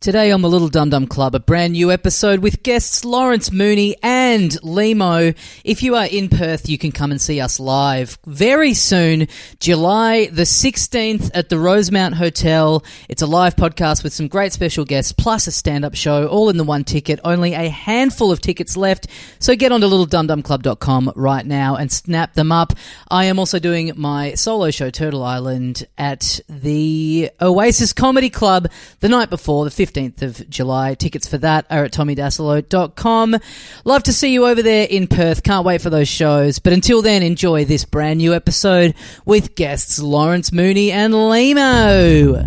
Today on the Little Dum Dum Club, a brand new episode with guests Lawrence Mooney and Limo. If you are in Perth, you can come and see us live very soon, July the 16th at the Rosemount Hotel. It's a live podcast with some great special guests, plus a stand up show, all in the one ticket. Only a handful of tickets left. So get on to littledumdumclub.com right now and snap them up. I am also doing my solo show, Turtle Island, at the Oasis Comedy Club the night before, the 15th of July. Tickets for that are at tommydassolo.com. Love to see you over there in Perth. Can't wait for those shows. But until then, enjoy this brand new episode with guests Lawrence Mooney and Limo.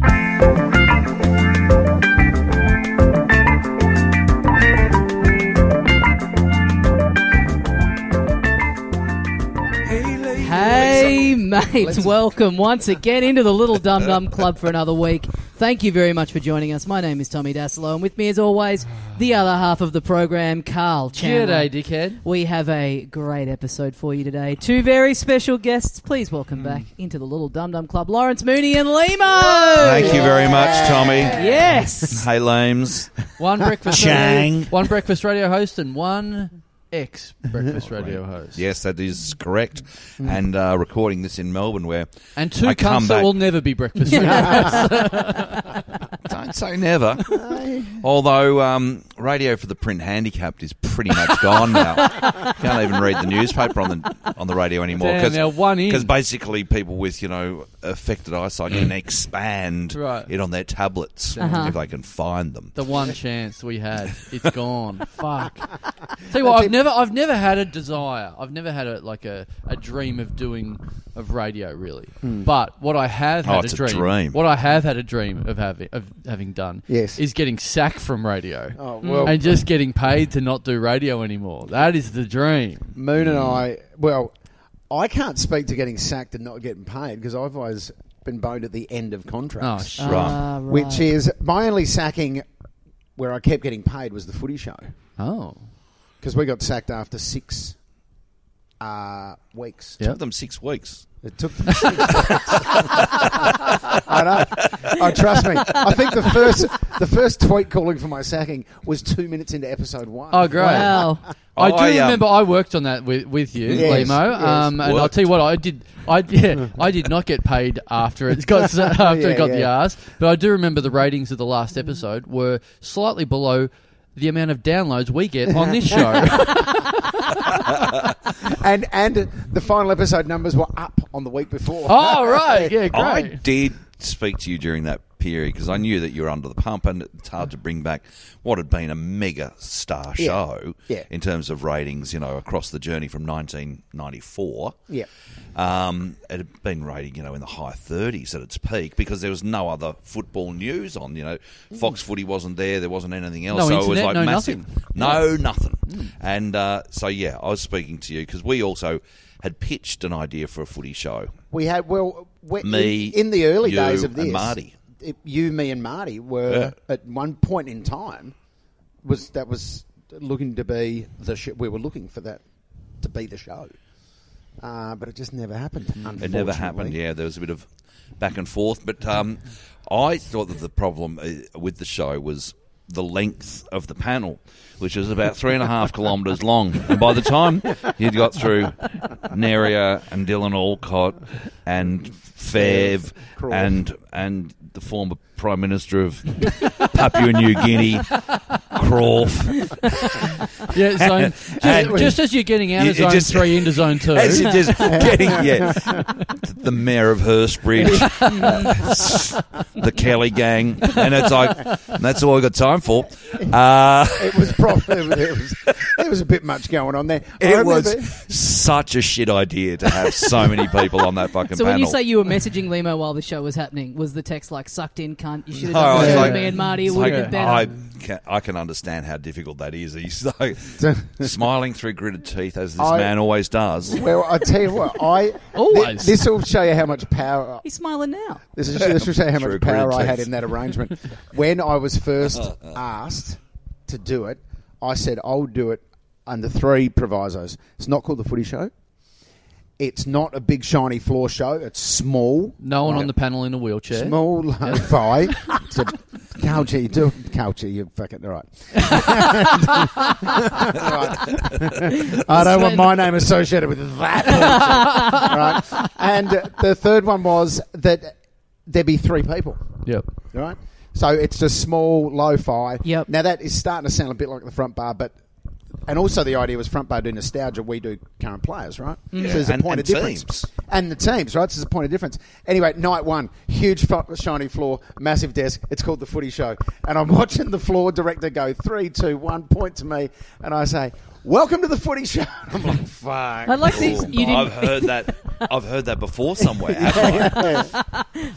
Hey, mates, welcome once again into the Little Dum Dum Club for another week. Thank you very much for joining us. My name is Tommy Dasilo, and with me, as always, the other half of the program, Carl Chandler. G'day, dickhead. We have a great episode for you today. Two very special guests. Please welcome back into the Little Dum Dum Club, Lawrence Mooney and Limo. Thank you very much, Tommy. Yes. Hey, Lames. One breakfast Chang. Radio, one breakfast radio host and one ex breakfast radio host. Yes, that is correct. Mm. And uh, recording this in Melbourne, where And two I come cunts that back- will never be breakfast radio hosts. don't say never. Although um, radio for the print handicapped is pretty much gone now. Can't even read the newspaper on the on the radio anymore Damn, they're one in. because basically people with you know affected eyesight can expand Right. it on their tablets Uh-huh. if they can find them. the one chance we had, it's gone. Fuck. Tell you what, I've never, I've never had a desire. I've never had a like a, a dream of doing of radio really. But what I have Hmm. Oh, had it's a a dream, dream. What I have had a dream of having of having done Yes. is getting sacked from radio. Oh, well, And just getting paid to not do radio anymore. That is the dream. Moon and I. Well, I can't speak to getting sacked and not getting paid because I've always been boned at the end of Oh, contracts. sh- Ah, right. which is my only sacking where I kept getting paid was the footy show oh. because we got sacked after six uh, weeks. Yeah. Took them six weeks. It took. Them six weeks. I know. Oh, trust me. I think the first the first tweet calling for my sacking was two minutes into episode one. Oh, great. Wow. I do I, um, remember I worked on that with, with you, Yes, Limo. yes. Um, and I'll Worked. tell you what, I did. I yeah, I did not get paid after it got after Yeah, it got the yeah. arse. But I do remember the ratings of the last Mm-hmm. episode were slightly below the amount of downloads we get on this show. And and the final episode numbers were up on the week before. oh right, yeah, I great. did speak to you during that period because I knew that you were under the pump, and it's hard to bring back what had been a mega star Yeah. show Yeah. in terms of ratings. You know, across the journey from 1994, Yeah. um, it had been rating you know in the high 30s at its peak because there was no other football news on. You know, Fox Footy wasn't there, there wasn't anything else, Mm. No so it was internet, like no massive, nothing. Mm. no nothing. And uh, so yeah, I was speaking to you because we also had pitched an idea for a footy show. We had well, we, Me, in, in the early you, days of and this, Marty. it- you, me, and Marty were at one point in time was that was looking to be the sh- we were looking for that to be the show, uh, but it just never happened. It never happened. Yeah, there was a bit of back and forth, but um, I thought that the problem uh, with the show was the length of the panel, which was about three and a half kilometres long. And by the time you'd got through Neria and Dylan Alcott and Fev Crawf. and and the former Prime Minister of Papua New Guinea, Crawf. Yeah, zone, just, And- just as you're getting out You- of you zone just- three into zone two. As you're just getting, yeah, the mayor of Hurstbridge, uh, the Kelly gang, and it's like and that's all I got time for. Uh, It was probably it was, there was a bit much going on there. I it remember- was such a shit idea to have so many people on that fucking So panel. when you say you were messaging Limo while the show was happening, was the text like sucked in cunt? You should have No, done I this was with like- me and Marty. It It's would like, have been I better. can, I can understand how difficult that is. He's like smiling through gritted teeth, as this I- man always does. well, I tell you what, I Always. this will show you how much power He's smiling now. This, is, this will show how Through much power gritted I had teeth. in that arrangement. When I was first asked to do it, I said I'll do it under three provisos. It's not called the Footy Show. It's not a big shiny floor show. It's small, no one on the panel in a wheelchair. small lo-fi. it's a Couchy, you do Couchy, you fucking all right. all right. I don't want my name associated with that. bullshit. all right. And uh, the third one was that there be three people. Yep. All right. So it's just small, lo-fi. Yep. Now that is starting to sound a bit like the front bar, but and also the idea was front bar do nostalgia. We do current players, right? Mm-hmm. So there's And- a point and of difference. teams. And the teams, right? So there's a point of difference. Anyway, night one, huge fu- shiny floor, massive desk. It's called the Footy Show, and I'm watching the floor director go three, two, one. Point to me, and I say, "Welcome to the Footy Show." I'm like, "Fuck." I like the Cool. you I've didn't. heard that. I've heard that before somewhere. haven't I?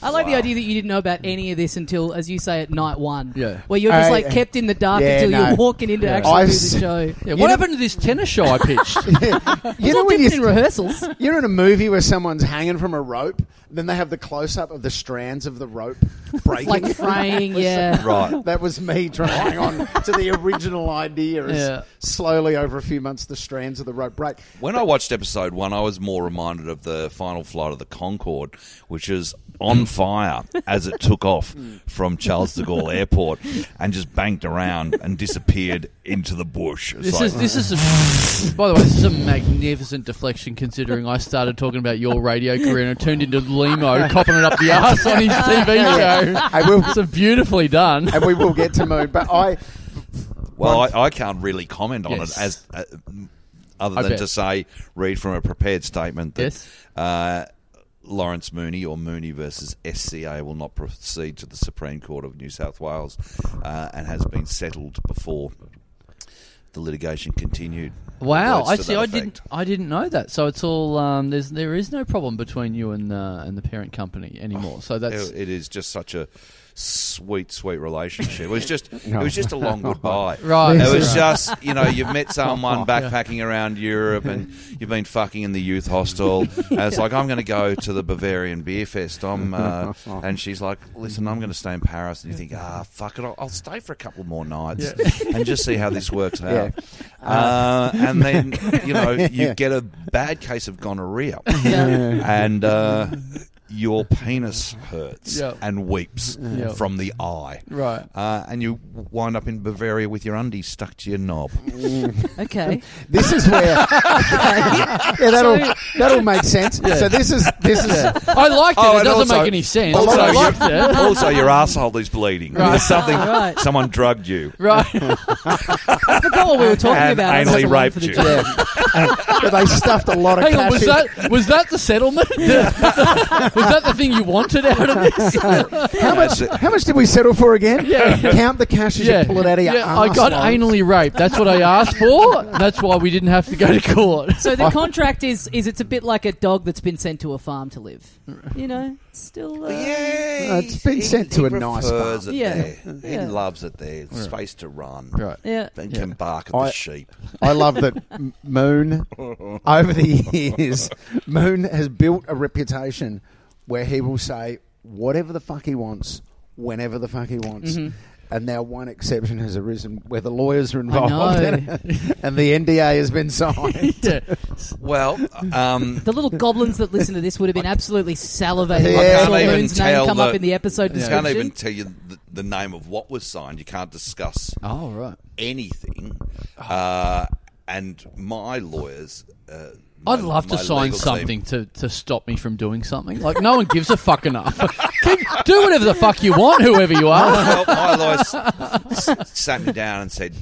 I like the Wow. idea that you didn't know about any of this until, as you say, at night one. Yeah. Where you're just I- like kept in the dark Yeah, until no. you're walking into Yeah. actually I've do the s- show. Yeah, know- what happened to this tennis show I pitched? you It's all when different you- in rehearsals. You're in a movie where someone's hanging from a rope, then they have the close up of the strands of the rope breaking. like fraying, yeah. Right. That was me trying on to the original idea. As Yeah. Slowly over a few months, the strands of the rope break. When I watched episode one, I was more reminded of the final flight of the Concorde, which is on fire as it took off from Charles de Gaulle Airport and just banked around and disappeared into the bush. It's This like, is this is a, by the way, this is a magnificent deflection considering I started talking about your radio career and it turned into Limo copping it up the ass on his TV show. I will, It's a beautifully done. and we will get to moon. But I, well, I, I can't really comment on Yes. it as uh, other I than bet. to say read from a prepared statement that Yes. uh, Lawrence Mooney or Mooney versus SCA will not proceed to the Supreme Court of New South Wales uh, and has been settled before the litigation continued. Wow, Words I to see. that I effect. didn't. I didn't know that. So it's all. Um, there's there is no problem between you and uh, and the parent company anymore. So that's. Oh, It it is just such a sweet, sweet relationship. It was just, it was just a long goodbye. Right. It was Right. Oh, just, you know, you've met someone backpacking around Europe, and you've been fucking in the youth hostel. And it's like I'm going to go to the Bavarian Beer Fest. I'm, uh, and she's like, listen, I'm going to stay in Paris. And you think, ah, fuck it, I'll, I'll stay for a couple more nights and just see how this works out. Uh, and then you know you get a bad case of gonorrhea Yeah. and uh, your penis hurts Yeah. and weeps Yeah. from the eye. Right. Uh, and you wind up in Bavaria with your undies stuck to your knob. Okay. this is where, yeah, that'll that'll make sense. So this is this is I liked it. Oh, it and doesn't also- make any sense. also but I you- liked it. also, your asshole is bleeding. There's something. Right. Someone drugged you. Right. I forgot what we were talking And about. I anally wasn't along raped for the you. joke. but they stuffed a lot of Hang cash. on, was in. that was that the settlement? was that the thing you wanted out of this? How much? How much did we settle for again? Yeah. Count the cash as you pull it out of your yeah, I got arsehole. anally raped. That's what I asked for. That's why we didn't have to go to court. So the contract is is it's a bit like a dog that's been sent to a farm to live. You know, it's still. Uh, Yeah, it's been he- sent he to a nice prefers farm. It Yeah. there. He Yeah. loves it there. It's Space to run. Right. Yeah. And can bark at I- the sheep. I love that M- Moon, over the years, Moon has built a reputation where he will say whatever the fuck he wants, whenever the fuck he wants. Mm-hmm. And now one exception has arisen where the lawyers are involved know. and the NDA has been signed. Yeah. Well, um, The little goblins that listen to this would have been absolutely salivating. Yeah. when they I saw can't even Moon's name tell come the- up in the episode I description. can't even tell you the, the name of what was signed. You can't discuss Oh right. anything. Oh. Uh, and my lawyers. Uh, my- I'd love to my sign legal team- something to, to stop me from doing something. Like no one gives a fuck enough. Keep, do whatever the fuck you want, whoever you are. Well, my lawyers s- sat me down and said,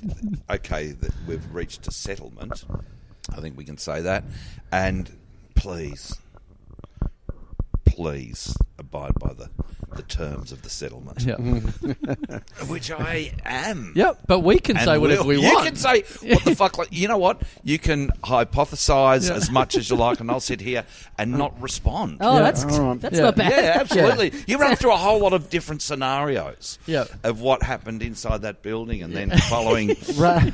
okay, th- we've reached a settlement. I think we can say that. And please, please abide by the, the terms of the settlement. Yeah. Which I am. Yep. But we can And say whatever we'll- we you want. can say what the fuck. Like, you know what? You can hypothesize Yeah. as much as you like, and I'll sit here and not respond. Oh, that's All right. that's Yeah. not bad. Yeah, absolutely. You run through a whole lot of different scenarios Yeah. of what happened inside that building, and then following. right.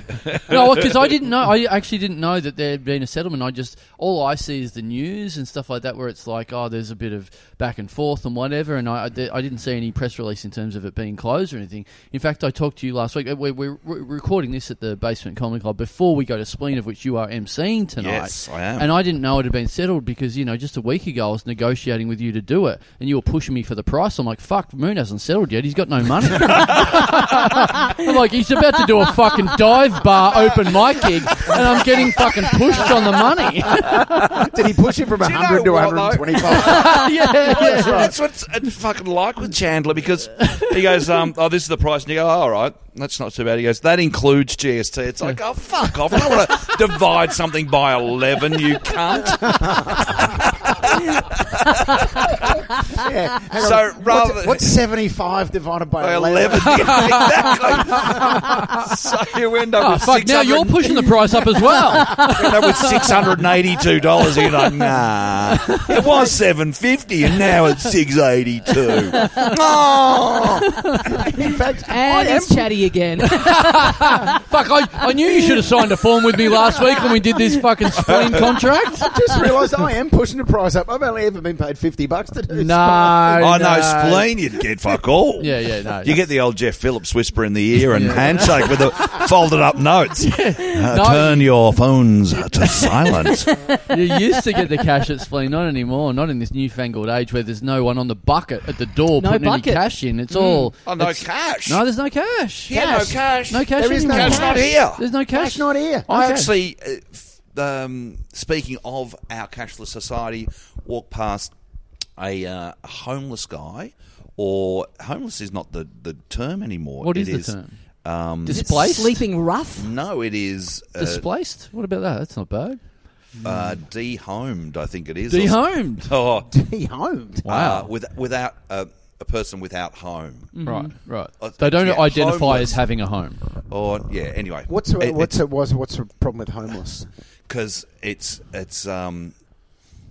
no, because I didn't know. I actually didn't know that there had been a settlement. I just all I see is the news and stuff like that, where it's like, oh, there's a bit of back and forth and whatever. And I, I- there- there, I didn't see any press release in terms of it being closed or anything. In fact, I talked to you last week. uh, We're, we're re- recording this at the Basement Comedy Club before we go to Spleen, of which you are emceeing tonight. Yes, I am. And I didn't know it had been settled because you know just a week ago I was negotiating with you to do it, and you were pushing me for the price. I'm like, fuck, Moon hasn't settled yet. He's got no money. I'm like, he's about to do a fucking dive bar open mic gig, and I'm getting fucking pushed on the money. Did he push it from you know 100 to what, though? yeah, 125? yeah. That's, that's what's it's fucking like with Chandler because he goes, um, "Oh, this is the price," and you go, oh, "All right, that's not too bad." He goes, "That includes GST." It's like, "Oh, fuck off! I don't want to divide something by eleven, you cunt." yeah. Hang on. So rather- what's, what's 75 divided by By 11? eleven, Yeah, exactly. so you end up Oh, with fuck, now you're 600 pushing the price up as well. you end up with six hundred and eighty-two dollars. You're like, "Nah, it was seven fifty, and now it's six eighty-two. Oh, In fact, And I am it's chatty again. fuck, I, I knew you should have signed a form with me last week when we did this fucking spleen contract. just realised I am pushing the price up. I've only ever been paid 50 bucks to do No, I know spleen. You'd get fuck all. Yeah, yeah, no. You get the old Jeff Phillips whisper in the ear and Yeah. handshake with the folded up notes. Uh, No. Turn your phones to silent. You used to get the cash at spleen, not anymore. Not in this newfangled age where there's no one on the bucket at the door No putting bucket. Mm. any cash in. It's all. Oh, no it's- cash. No, there's no cash. Yeah, no cash. No cash There is no anymore. cash. not here. There's no cash. Cash not here. I Okay. actually, uh, f- um, speaking of our cashless society, walked past a uh, homeless guy, or homeless is not the, the term anymore. What It is the term? Um, Displaced? Sleeping rough. no, it is uh, Displaced? What about that? That's not bad. uh, dehomed. I think it is. Dehomed. Oh, He homed. wow. Wow. Mm. with, without uh, a person without home. Right, right. Uh, They don't yeah, identify homeless. as having a home. Or yeah. Anyway, What's the, what's the, what's, what's the problem with homeless? because it's it's um,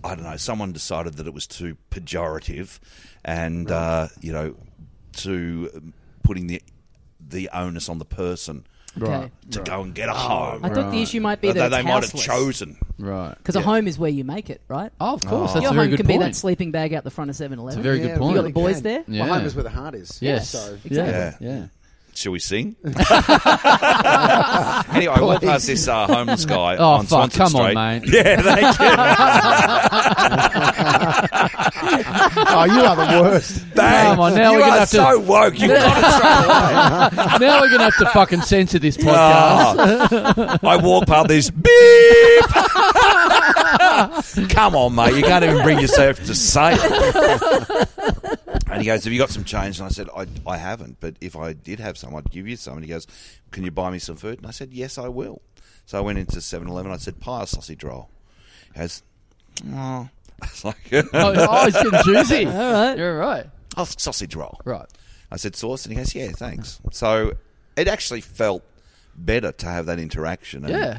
I don't know. Someone decided that it was too pejorative, and uh, you know, to um, putting the the onus on the person Okay. to go and get a home I thought the issue might be that that they it's might have houseless. chosen. Right. Because a home is where you make it, right? Oh, of course. That's Your a very home good can point. be that sleeping bag out the front of 7 It's Eleven. a very Yeah, good we point. got the boys can. there? Well, Yeah. home is where the heart is. Yes. So, Yeah. Yeah. Shall we sing? anyway, I walked past this uh, homeless guy Oh, on fuck, Swanson come on, Street. mate. Yeah, thank you. oh, you are the worst. Thanks. Come on, now you we're gonna are have to- so woke. You gotta throw away. now we're going to have to fucking censor this podcast. Ah. I walk past this beep. Come on, mate. You can't even bring yourself to say it. And he goes, Have you got some change? And I said, I, I haven't, but if I did have some, I'd give you some. And he goes, Can you buy me some food? And I said, Yes, I will. So I went into 7 Eleven. I said, Pie or sausage roll? He goes, Oh. I was like, oh, oh, it's getting juicy. All right. You're right. Oh, sausage roll. Right. I said, Sauce? And he goes, Yeah, thanks. So it actually felt better to have that interaction. And, Yeah.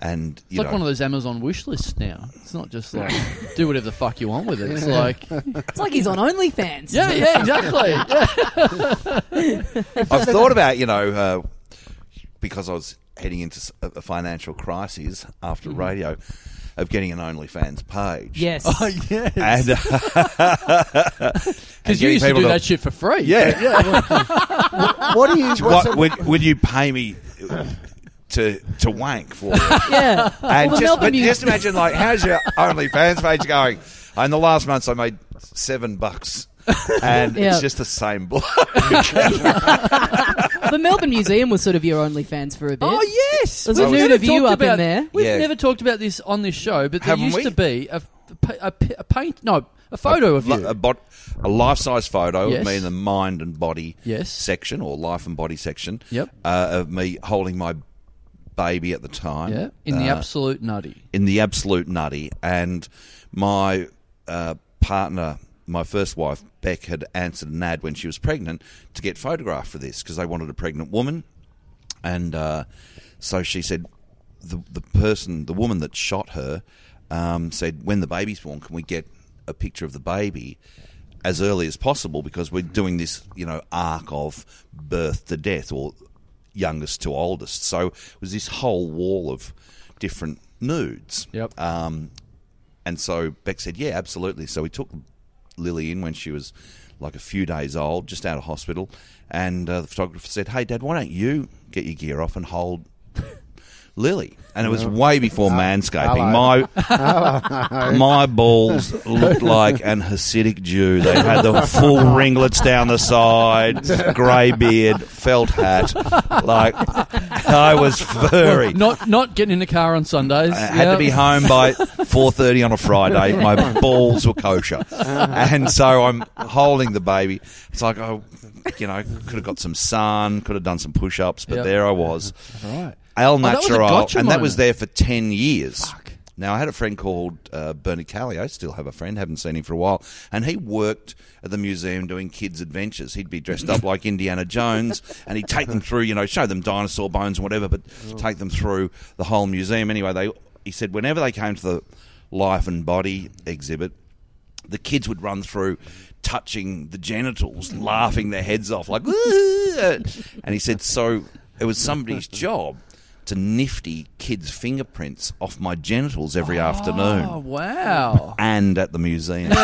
And, It's you like know. one of those Amazon wish lists now. It's not just like do whatever the fuck you want with it. It's like It's like he's on OnlyFans. yeah, yeah, exactly. Yeah. I've thought about you know uh, because I was heading into s- a a financial crisis after Mm-hmm. radio of getting an OnlyFans page. Yes. Oh, yeah. and Because you used to do that shit for free. Yeah, What do you? What's What the- would, would you pay me to to wank for? it? yeah. Well, the And just, Melbourne but Uni- just imagine, like, how's your OnlyFans page going? In the last months, I made seven bucks, and Yeah. it's just the same bloke. the Melbourne Museum was sort of your OnlyFans for a bit. Oh yes, There's a We've nude never of you talked up in about- there. We've Yeah. never talked about this on this show, but there Haven't used we? to be a, a, a- a paint, no, a photo of Li- you. A, bod- a life-size photo Yes. of me in the mind and body Yes. section, or life and body section. Yep. Uh, of me holding my baby at the time. yeah, in the uh, absolute nutty. in the absolute nutty, and my uh, partner. My first wife, Beck, had answered an ad when she was pregnant to get photographed for this because they wanted a pregnant woman. And uh, so she said, the, the person, the woman that shot her, um, said, when the baby's born, can we get a picture of the baby as early as possible because we're doing this, you know, arc of birth to death or youngest to oldest. So it was this whole wall of different nudes. Yep. Um, and so Beck said, yeah, absolutely. So we took Lily in when she was like a few days old, just out of hospital. And uh, the photographer said, "Hey, Dad, why don't you get your gear off and hold Lily?" And it was way before manscaping. My my balls looked like an Hasidic Jew. They had the full ringlets down the side, grey beard, felt hat. Like I was furry. Not not getting in the car on Sundays. I had to be home by 4.30 on a friday my balls were kosher and so i'm holding the baby it's like oh you know could have got some sun could have done some push-ups but Yep. there i was Right. al Oh, that was a natural gotcha and that was moment. there for 10 years now i had a friend called uh, bernie callio still have a friend haven't seen him for a while and he worked at the museum doing kids adventures he'd be dressed up like indiana jones and he'd take them through you know show them dinosaur bones and whatever but Oh. take them through the whole museum anyway they he said whenever they came to the life and body exhibit the kids would run through touching the genitals, laughing their heads off, like, "Ooh." and he said, so it was somebody's job to nifty kids' fingerprints off my genitals every Oh afternoon. wow. And at the museum,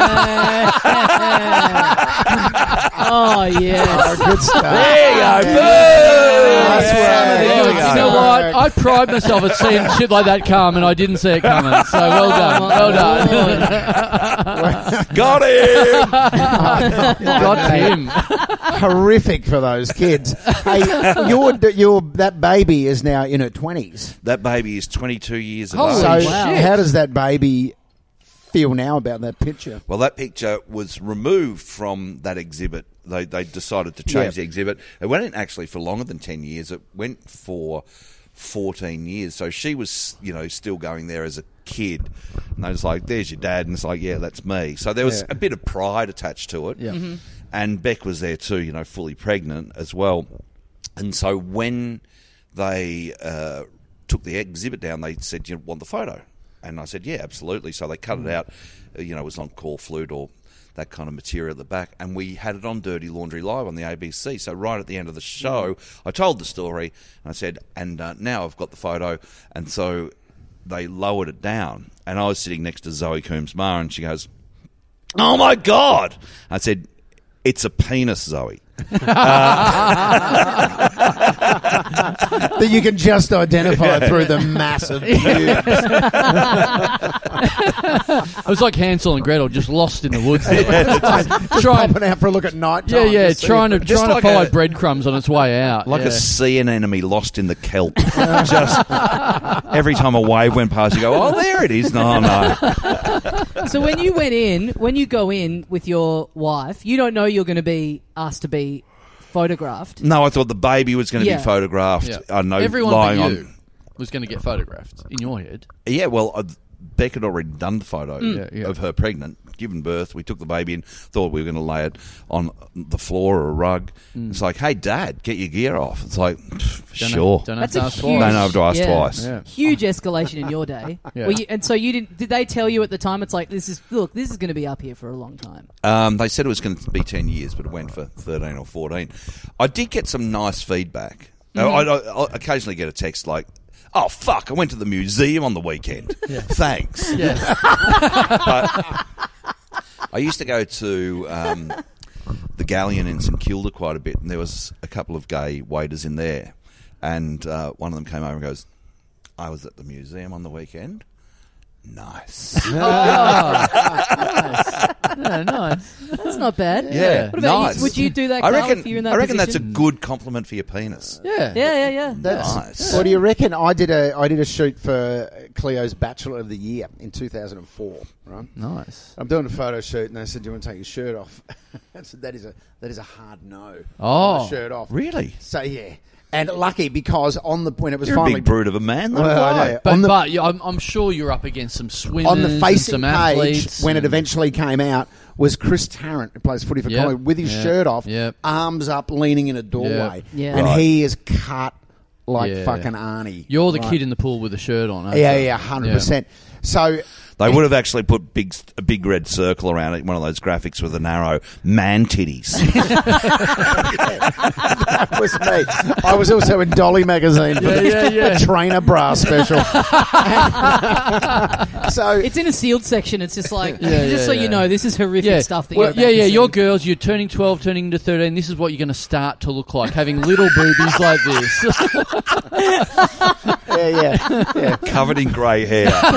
oh yes. Good stuff. there you go. That's Yeah, right. there you we go. know what? I pride myself at seeing shit like that come, and I didn't see it coming. So well done, well done. Got him. Got him. horrific for those kids. hey, your your that baby is now in her twenties. That baby is 22 years of Holy So age. wow. how does that baby feel now about that picture? Well, that picture was removed from that exhibit. They, they decided to change the Yeah. exhibit. It went in actually for longer than 10 years. It went for 14 years. So she was, you know, still going there as a kid. And I was like, there's your dad. And it's like, yeah, that's me. So there was Yeah. a bit of pride attached to it. Yeah. Mhm. And Beck was there too, you know, fully pregnant as well. And so when they uh, took the exhibit down, they said, "You want the photo?" And I said, "Yeah, absolutely." So they cut it out. uh, You know, it was on call flute or that kind of material at the back, and we had it on Dirty Laundry Live on the ABC. So right at the end of the show, I told the story and I said, "And uh, now I've got the photo." And so they lowered it down, and I was sitting next to Zoe Coombs Mar, and she goes, "Oh my god!" I said, "It's a penis, Zoe." that you can just identify through the massive pubes. It was like Hansel and Gretel, just lost in the woods. trying, Popping out for a look at night yeah, yeah, trying to Just trying like to follow a- breadcrumbs on its way out. like yeah. a sea anemone lost in the kelp. Just every time a wave went past, you go, "Oh, there it is." No, no. So when you went in, when you go in with your wife, you don't know you're going to be asked to be Mm, photographed. No, I thought the baby was going to Yeah. be photographed. Yeah. I know, Everyone lying but you on. was going to get photographed in your head. Yeah, well, uh, Beck had already done the photo Mm. Yeah, yeah. of her pregnant, given birth. We took the baby in, thought we were going to lay it on the floor or a rug. It's like, hey, Dad, get your gear off. It's like, "Pff, Mm. Don't sure. Have, don't That's have a to ask huge- why. Don't have to ask Yeah. twice. Yeah. Huge escalation in your day. Yeah. Were you, and so you didn't. Did they tell you at the time? It's like this is look. This is going to be up here for a long time. Um, they said it was going to be 10 years, but it went for 13 or 14. I did get some nice feedback. Now, I, I, I occasionally get a text like, oh, fuck, I went to the museum on the weekend. Thanks. Yeah. I used to go to um, the Galleon in St Kilda quite a bit, and there was a couple of gay waiters in there. And uh, one of them came over and goes, I was at the museum on the weekend. Nice. yeah, nice. That's not bad. Yeah, What about nice. you? Would you do that? I Carl, reckon, If you're in that I reckon that's a position? good compliment for your penis. Yeah. Yeah, yeah, yeah. That's, Nice. What do you reckon? I did a I did a shoot for Cleo's Bachelor of the Year in 2004. Right, Nice. I'm doing a photo shoot, and they said, "Do you want to take your shirt off?" I said, "That is a that is a hard no." Oh. shirt off, Really? So yeah, and lucky because on the when it was You're a finally big brute of a man, though. Well, I Why? know. But, On the- but you- I'm, I'm sure you're up against some swimmers on the facing and some page athletes. when it and- eventually came out was Chris Tarrant who plays footy for Yep, Collingwood with his yep, shirt off, yep. arms up, leaning in a doorway, Yeah. and Right. he is cut like Yeah. fucking Arnie. You're the Right. kid in the pool with the shirt on. aren't Yeah, you? yeah, hundred percent. So They would have actually put big a big red circle around it, one of those graphics with an arrow, man titties. That was me. I was also in Dolly magazine for the, Yeah, yeah, yeah. the trainer bra special. so It's in a sealed section. It's just like, Yeah, just yeah, so yeah. you know, this is horrific Yeah. stuff that Well, you're yeah, about yeah. to Your see. girls, you're turning 12, turning into 13. This is what you're going to start to look like, having little boobies like this. yeah, yeah, yeah. covered in grey hair.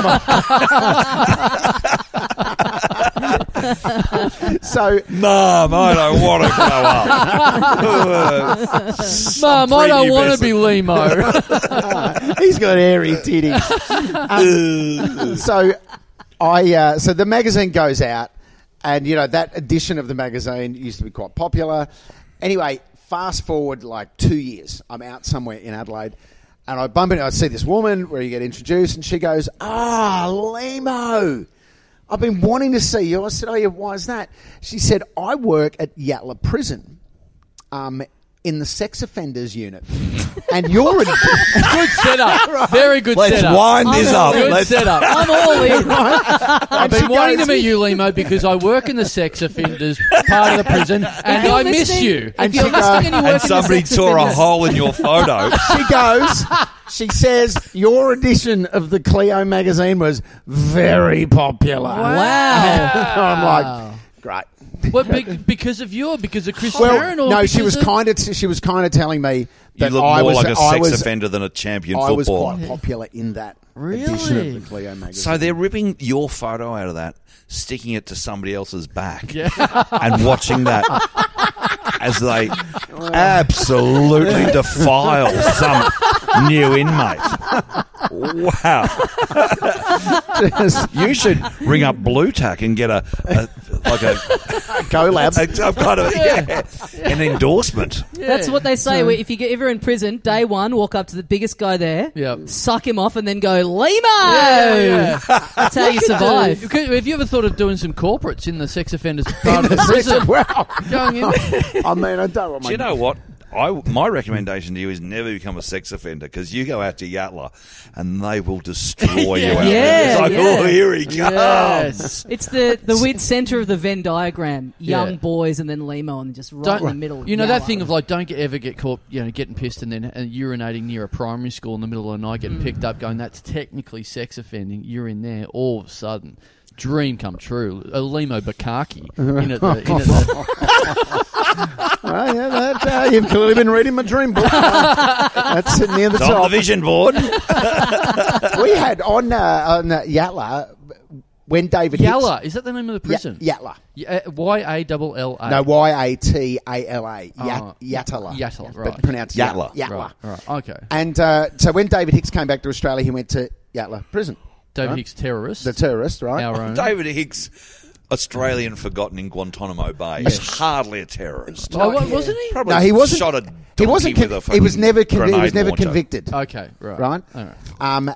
So Mum, I don't want to grow up. Mum, Um, I don't preview want to best- be limo. uh, he's got hairy titties. Um, so I uh, so the magazine goes out, and you know that edition of the magazine used to be quite popular. Anyway, fast forward like two years, I'm out somewhere in Adelaide. And I bump into, I see this woman where you get introduced, and she goes, "Ah, Limo, I've been wanting to see you." I said, "Oh yeah, why is that?" She said, "I work at Yatla Prison, um, in the sex offenders unit, and you're a good setup. Very good Let's setup. wind this up. Good Let's setup. I'm all in. I've And been she wanting goes- to meet you, Limo, because I work in the sex offenders part of the prison, and You're I miss listening- you. If And you're she go- listening and you work and in the somebody sex saw a offenders- hole in your photo. she goes, she says, your edition of the Clio magazine was very popular. Wow. I'm like, great. What, be- because of you, or because of Chris Farron, Well, or no, she because was of- kind of she was kind of telling me You that look I more was like a I sex was- offender than a champion I was footballer. quite popular in that Really? edition of the Clio magazine. So they're ripping your photo out of that, sticking it to somebody else's back, and watching that as they absolutely defile some new inmate. Wow. You should ring up Blue Tack and get a, a like a, Go Lab. a some kind of yeah, an endorsement. That's what they say. where if you get ever in prison, day one, walk up to the biggest guy there, Yep. suck him off, and then go Limo. Yeah, yeah. That's how you survive. Okay, Have you ever thought of doing some corporates in the sex offenders part of the prison? wow. Going in- I mean, I don't want my Do you know what? I, my recommendation to you is never become a sex offender because you go out to Yatla and they will destroy you. Out there. Yeah, It's like, yeah. oh, here he comes. Yes. It's the the weird center of the Venn diagram: young Yeah. boys and then Limo, and just right in the middle. You know Yalla. that thing of like, don't get ever get caught, you know, getting pissed and then uh, urinating near a primary school in the middle of the night, getting picked up, going, that's technically sex offending. You're in there all of a sudden. Dream come true. A limo Bakaki. In at the, in at the, Oh, yeah, that, uh, you've clearly been reading my dream book. That's sitting near the It's on the top. vision board. We had on uh, on uh, Yatla when David Hicks- Yalla. Is that the name of the Ya- prison? uh, Yatla. Y A double L A. No, Y A T A L A. Oh. Yat- Yatala. Yatala, right. But pronounced Yatla. Yatla. Yatla. Right, right. Okay. And uh, so when David Hicks came back to Australia, he went to Yatla prison. David right? Hicks terrorist. The terrorist, right? our own. David Hicks, Australian forgotten in Guantanamo Bay, is hardly a terrorist. Oh, what, wasn't he? Probably No, he wasn't. Shot a donkey he wasn't. with con- a he was fucking never. Convi- he was grenade never launcher. convicted. Okay, right. Right. All right. Um,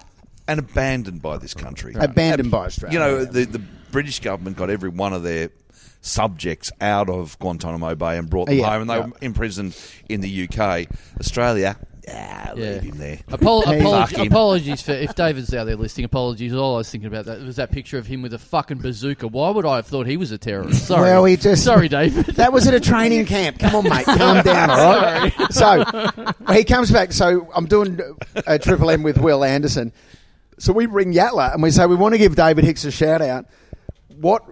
and abandoned by this country. Abandoned by Australia. You know, the, the British government got every one of their subjects out of Guantanamo Bay and brought them Yeah, home, and they yeah. were imprisoned in the UK. Australia, nah, Yeah. Uh, leave him there. Apol- Hey. apolog- Fuck him. apologies for if David's out there listening. Apologies. All I was thinking about that was that picture of him with a fucking bazooka. Why would I have thought he was a terrorist? Sorry. Well, he just- Sorry, David. That was at a training camp. Come on, mate. Calm down, all right? So he comes back. So I'm doing a Triple M with Will Anderson. So we ring Yatla and we say, we want to give David Hicks a shout out. What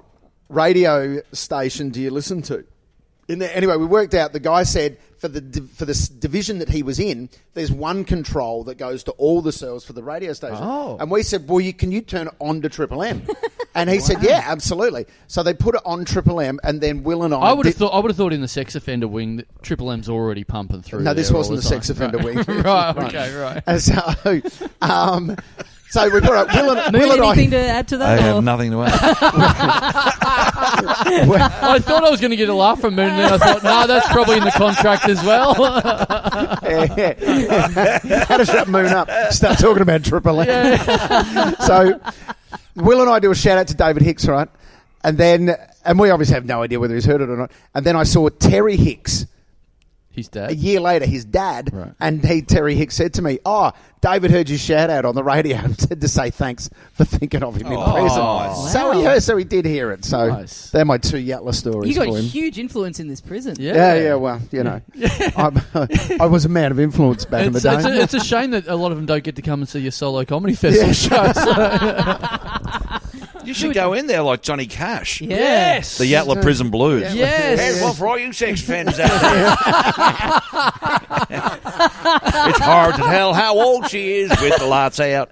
radio station do you listen to? In there, anyway, we worked out. The guy said for the div- for this division that he was in, there's one control that goes to all the cells for the radio station. Oh. And we said, well, you, can you turn it on to Triple M? And he said, yeah, absolutely. So they put it on Triple M, and then Will and I. I would have did- thought. I would have thought in the sex offender wing that Triple M's already pumping through. no, this there all wasn't the time. sex offender Right. wing. right. Okay. Right. And so, um, so we brought up Will and, Moon, Will and anything I. to add to I that? Oh, oh. or- have nothing to add. I thought I was going to get a laugh from Moon, and then I thought, no, that's probably in the contract as well. How to shut Moon up? Start talking about Triple M. so, Will and I do a shout out to David Hicks, right? And then, and we obviously have no idea whether he's heard it or not. And then I saw Terry Hicks His a dad. year later, his dad Right. and he, Terry Hicks said to me, "Oh, David heard your shout out on the radio and said to say thanks for thinking of him in Oh, prison." nice. So he Wow. heard, so he did hear it. So Nice. they're my two Yatla stories You got for him. huge influence in this prison. Yeah. yeah, yeah. Well, you know, I'm, I was a man of influence back in the It's, day. it's a, it's a shame that a lot of them don't get to come and see your solo comedy festival shows. You should go in there like Johnny Cash. Yeah. The Yatla Prison Blues. Yes. Hey, well, for all you sex fans out there, it's hard to tell how old she is with the lights out.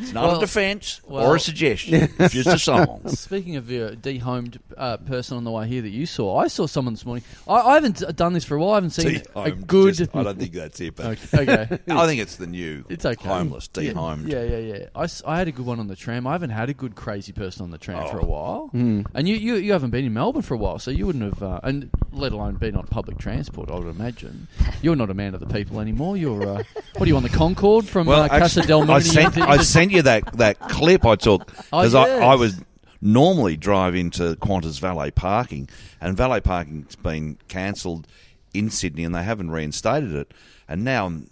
It's not Well- a defense well- or a suggestion. It's just a song. Speaking of your dehomed uh, person on the way here that you saw, I saw someone this morning. I, I haven't d- done this for a while. I haven't seen a Dehomed, good. just- I don't think that's it, but okay. okay. I think it's the new. It's okay. Homeless, dehomed. Yeah, yeah, yeah. I, s- I had a good one on the tram. I haven't had a good crazy person on the tram Oh. for a while. And you, you you haven't been in Melbourne for a while, so you wouldn't have, uh, and let alone been on public transport. I would imagine you're not a man of the people anymore. You're uh, what are you on the Concorde from uh, Casa actually, del I Monte sent, into- I sent you that, that clip I took Oh, because yes. I, I was normally drive into Qantas valet parking, and valet parking's been cancelled in Sydney, and they haven't reinstated it. And now I'm,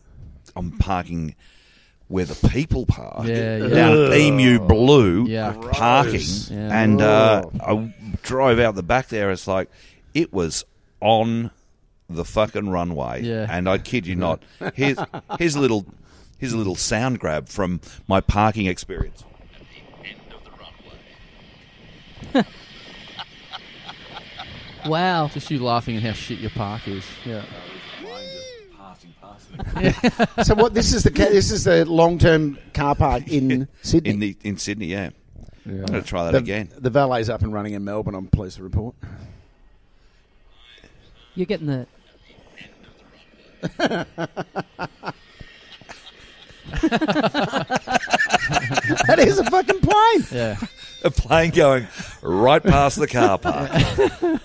I'm parking where the people park Yeah, yeah. down at Emu Blue Yeah. parking, Yeah. and uh, I drove out the back there. It's like it was on the fucking runway, Yeah. and I kid you not, here's here's a little here's a little sound grab from my parking experience. Wow. Just you laughing at how shit your park is. Yeah. so what? This is the ca- this is the long term car park in Sydney. in the in Sydney. Yeah, I'm going to try that the, again. the valet's up and running in Melbourne. I'm pleased to report. You're getting the. That is a fucking plane. Yeah. A plane going right past the car park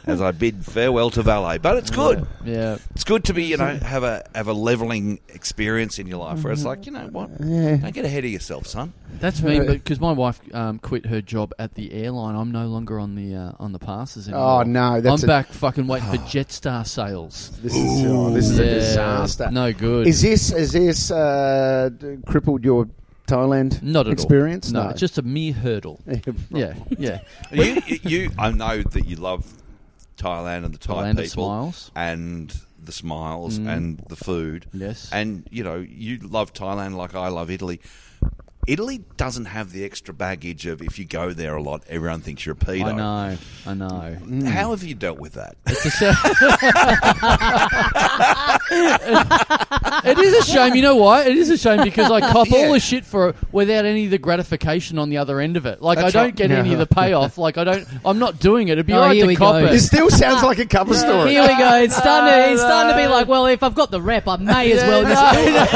as I bid farewell to valet. But it's good. Yeah. It's good to be you know have a have a leveling experience in your life where it's like you know what, don't get ahead of yourself, son. That's me, because my wife um, quit her job at the airline. I'm no longer on the uh, on the passes anymore. Oh, no, that's I'm a- back fucking waiting for Jetstar sales. This is oh, this is a Yeah, disaster. No good. Is this is this uh, d- crippled your Thailand Not at all. experience? No, it's just a mere hurdle. yeah, yeah. you, you, I know that you love Thailand and the Thai Thailand, the people, smiles. Mm. and the smiles and the food. Yes. and you know you love Thailand like I love Italy. Italy doesn't have the extra baggage of if you go there a lot, everyone thinks you're a pedo. I know, I know. How have you dealt with that? It's a shame. it is a shame. You know why? It is a shame because I cop all the shit for it without any of the gratification on the other end of it. Like That's I don't right. get any of the payoff. Like I don't. I'm not doing it. It'd be Oh, all right here to we cop go. it. This still sounds like a cover story. Here we go. It's starting, to, it's starting to be like, well, if I've got the rep, I may as well just.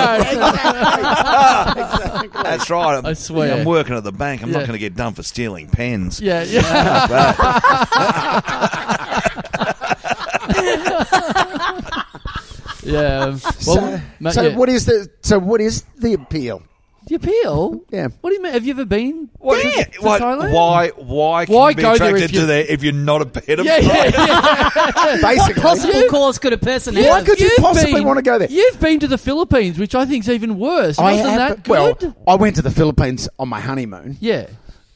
No, no. That's right. I'm, I swear. I'm working at the bank. I'm not Yeah. going to get done for stealing pens. Yeah, yeah. yeah. um, So, Well, ma- so yeah. what is the so what is the appeal? the appeal? Yeah. What do you mean? Have you ever been? What- to- to what- Thailand? why? Why? Can Why you be go there attracted if you- to there if you're not a pedophile? Yeah, yeah, yeah. Basically, Possible cause could a person have? Why could you You've possibly been- want to go there? You've been to the Philippines, which I think is even worse. I Wasn't have- that good? well, I went to the Philippines on my honeymoon, yeah,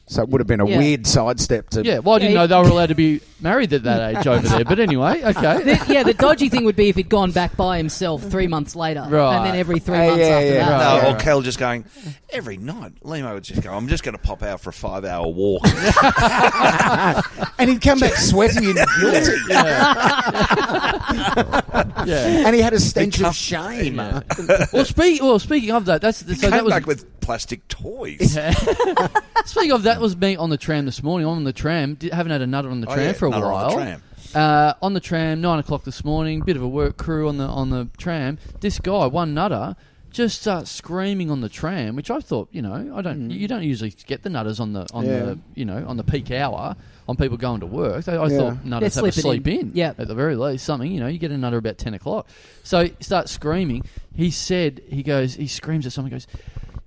so it would have been a Yeah. weird sidestep to. yeah. Well, I didn't Yeah, know you- they were allowed to be married at that age over there. But anyway, okay. The- yeah, the dodgy thing would be if he'd gone back by himself three months later, Right. Uh, and then every three Hey, months yeah, after yeah. that. No, Oh, Yeah. or Kel just going every night. Limo would just go. I'm just going to pop out for a five hour walk. and he'd come back sweating and guilty, Yeah. yeah. and he had a stench Come- of shame. Yeah. Well, speak, well, speaking of that, that's so Came that was back with plastic toys. Speaking of, that was me on the tram this morning. I'm on the tram. Di- haven't had another on the Oh, tram yeah, for a another while. on the tram. Uh, on the tram, nine o'clock this morning. Bit of a work crew on the on the tram. This guy, one nutter, just starts screaming on the tram, which I thought, you know, I don't. Mm. You don't usually get the nutters on the on Yeah. the you know on the peak hour on people going to work. They, I Yeah. thought nutters They're have sleeping a sleep in. in. Yeah. at the very least, something. You know, you get a nutter about ten o'clock. So he starts screaming. He said, he goes, he screams at someone. He Goes.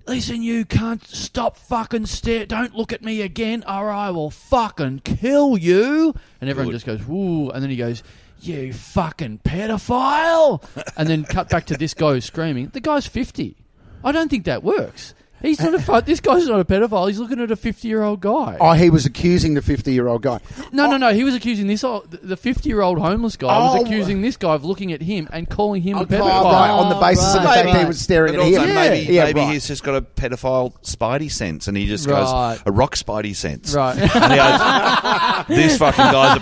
Listen, you can't stop fucking stare. Don't look at me again, or I will fucking kill you. And everyone just goes, "Woo!" And then he goes, you fucking pedophile, and then cut back to this guy who's screaming. The guy's fifty. I don't think that works. He's not a fu- this guy's not a pedophile. He's looking at a fifty-year-old guy. Oh, he was accusing the 50 year old guy. No, no, no. He was accusing this old, the fifty-year-old homeless guy was Oh. accusing this guy of looking at him and calling him a Oh, pedophile. right, on the basis of the Right, fact right. he was staring But at also him. maybe Yeah, maybe right. he's just got a pedophile spidey sense, and he just Right. goes a rock spidey sense. Right. And he goes, "This fucking guy's a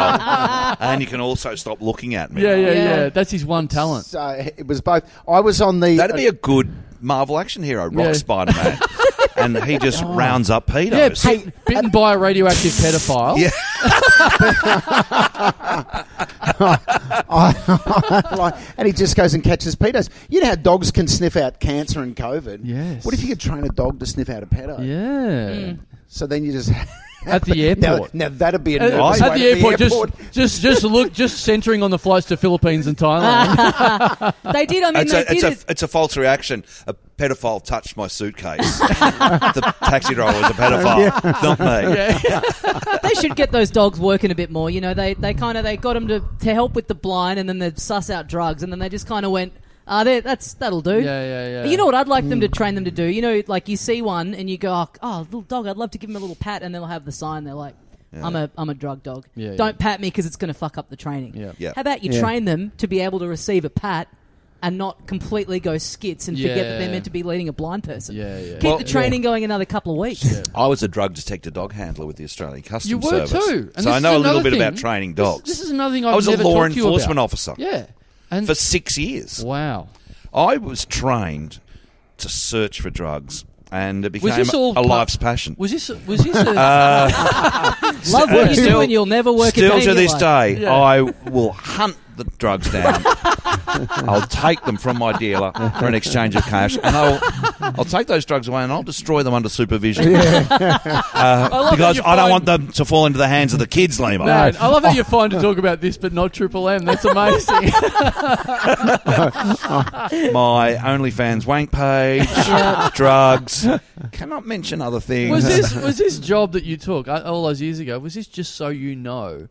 pedophile," and you can also stop looking at me. Yeah, yeah, Yeah. yeah, That's his one talent. So it was both. I was on the. That'd be a good Marvel action hero, Rock Yeah. Oh. Spider Man, and he just rounds up Yeah, pedos. bit- bitten by a radioactive pedophile. Yeah. like, and he just goes and catches pedos. You know how dogs can sniff out cancer and COVID. Yes. What if you could train a dog to sniff out a pedo? Yeah. So then you just At the now, airport. now that'd be a At- nervous at way the to be airport, airport. just just just look, just centering on the flights to Philippines and Thailand. They did. I mean, It's they a, did it's, it. a, it's a false reaction. A pedophile touched my suitcase. the taxi driver was a pedophile, not me. yeah. they should get those dogs working a bit more. You know, they, they kind of they got them to, to help with the blind, and then they suss out drugs, and then they just kind of went, ah, there, that's that'll do. yeah, yeah, yeah. You know what I'd like them to train them to do? You know, like you see one and you go, oh, oh, little dog, I'd love to give him a little pat, and they'll have the sign. They're like, I'm a I'm a drug dog. Yeah, yeah. Don't pat me because it's going to fuck up the training. Yeah. Yeah. How about you Yeah. train them to be able to receive a pat and not completely go skits and forget that Yeah. they're meant to be leading a blind person? Yeah, yeah. Keep Well- the training going another couple of weeks. I was a drug detector dog handler with the Australian Customs You were Service. too. And so this I is know a little another bit about thing. training This- dogs. This, is another thing I've I was a never law talked to you enforcement about. officer Yeah, and for six years. wow, I was trained to search for drugs, and it became was this all a cut- life's passion. Was this was this a, Love what you do Still- and you'll never work a Still day to in your this life. day, Yeah. I will hunt the drugs down. I'll take them from my dealer for an exchange of cash, and I'll I'll take those drugs away and I'll destroy them under supervision Uh, I love how because you I find- Oh. don't want them to fall into the hands of the kids, Lima. Man, I love how you're fine to talk about this, but not Triple M. That's amazing. My OnlyFans wank page, drugs. Cannot mention other things. was this was this job that you took uh, all those years ago? Was this just so you know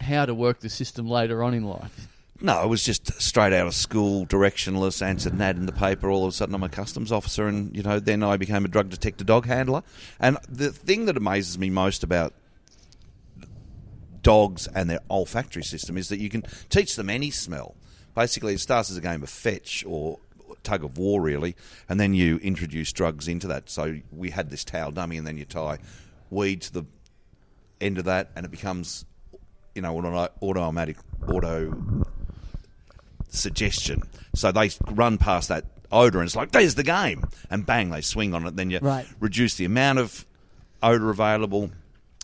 how to work the system later on in life? No, it was just straight out of school, directionless, answered an ad in the paper. All of a sudden, I'm a customs officer, and you know, then I became a drug detector dog handler. And the thing that amazes me most about dogs and their olfactory system is that you can teach them any smell. Basically, it starts as a game of fetch or tug of war, really, and then you introduce drugs into that. So we had this towel dummy, and then you tie weed to the end of that, and it becomes, you know, an automatic auto suggestion. So they run past that odor, and it's like, there's the game, and bang, they swing on it. Then you Right. reduce the amount of odor available,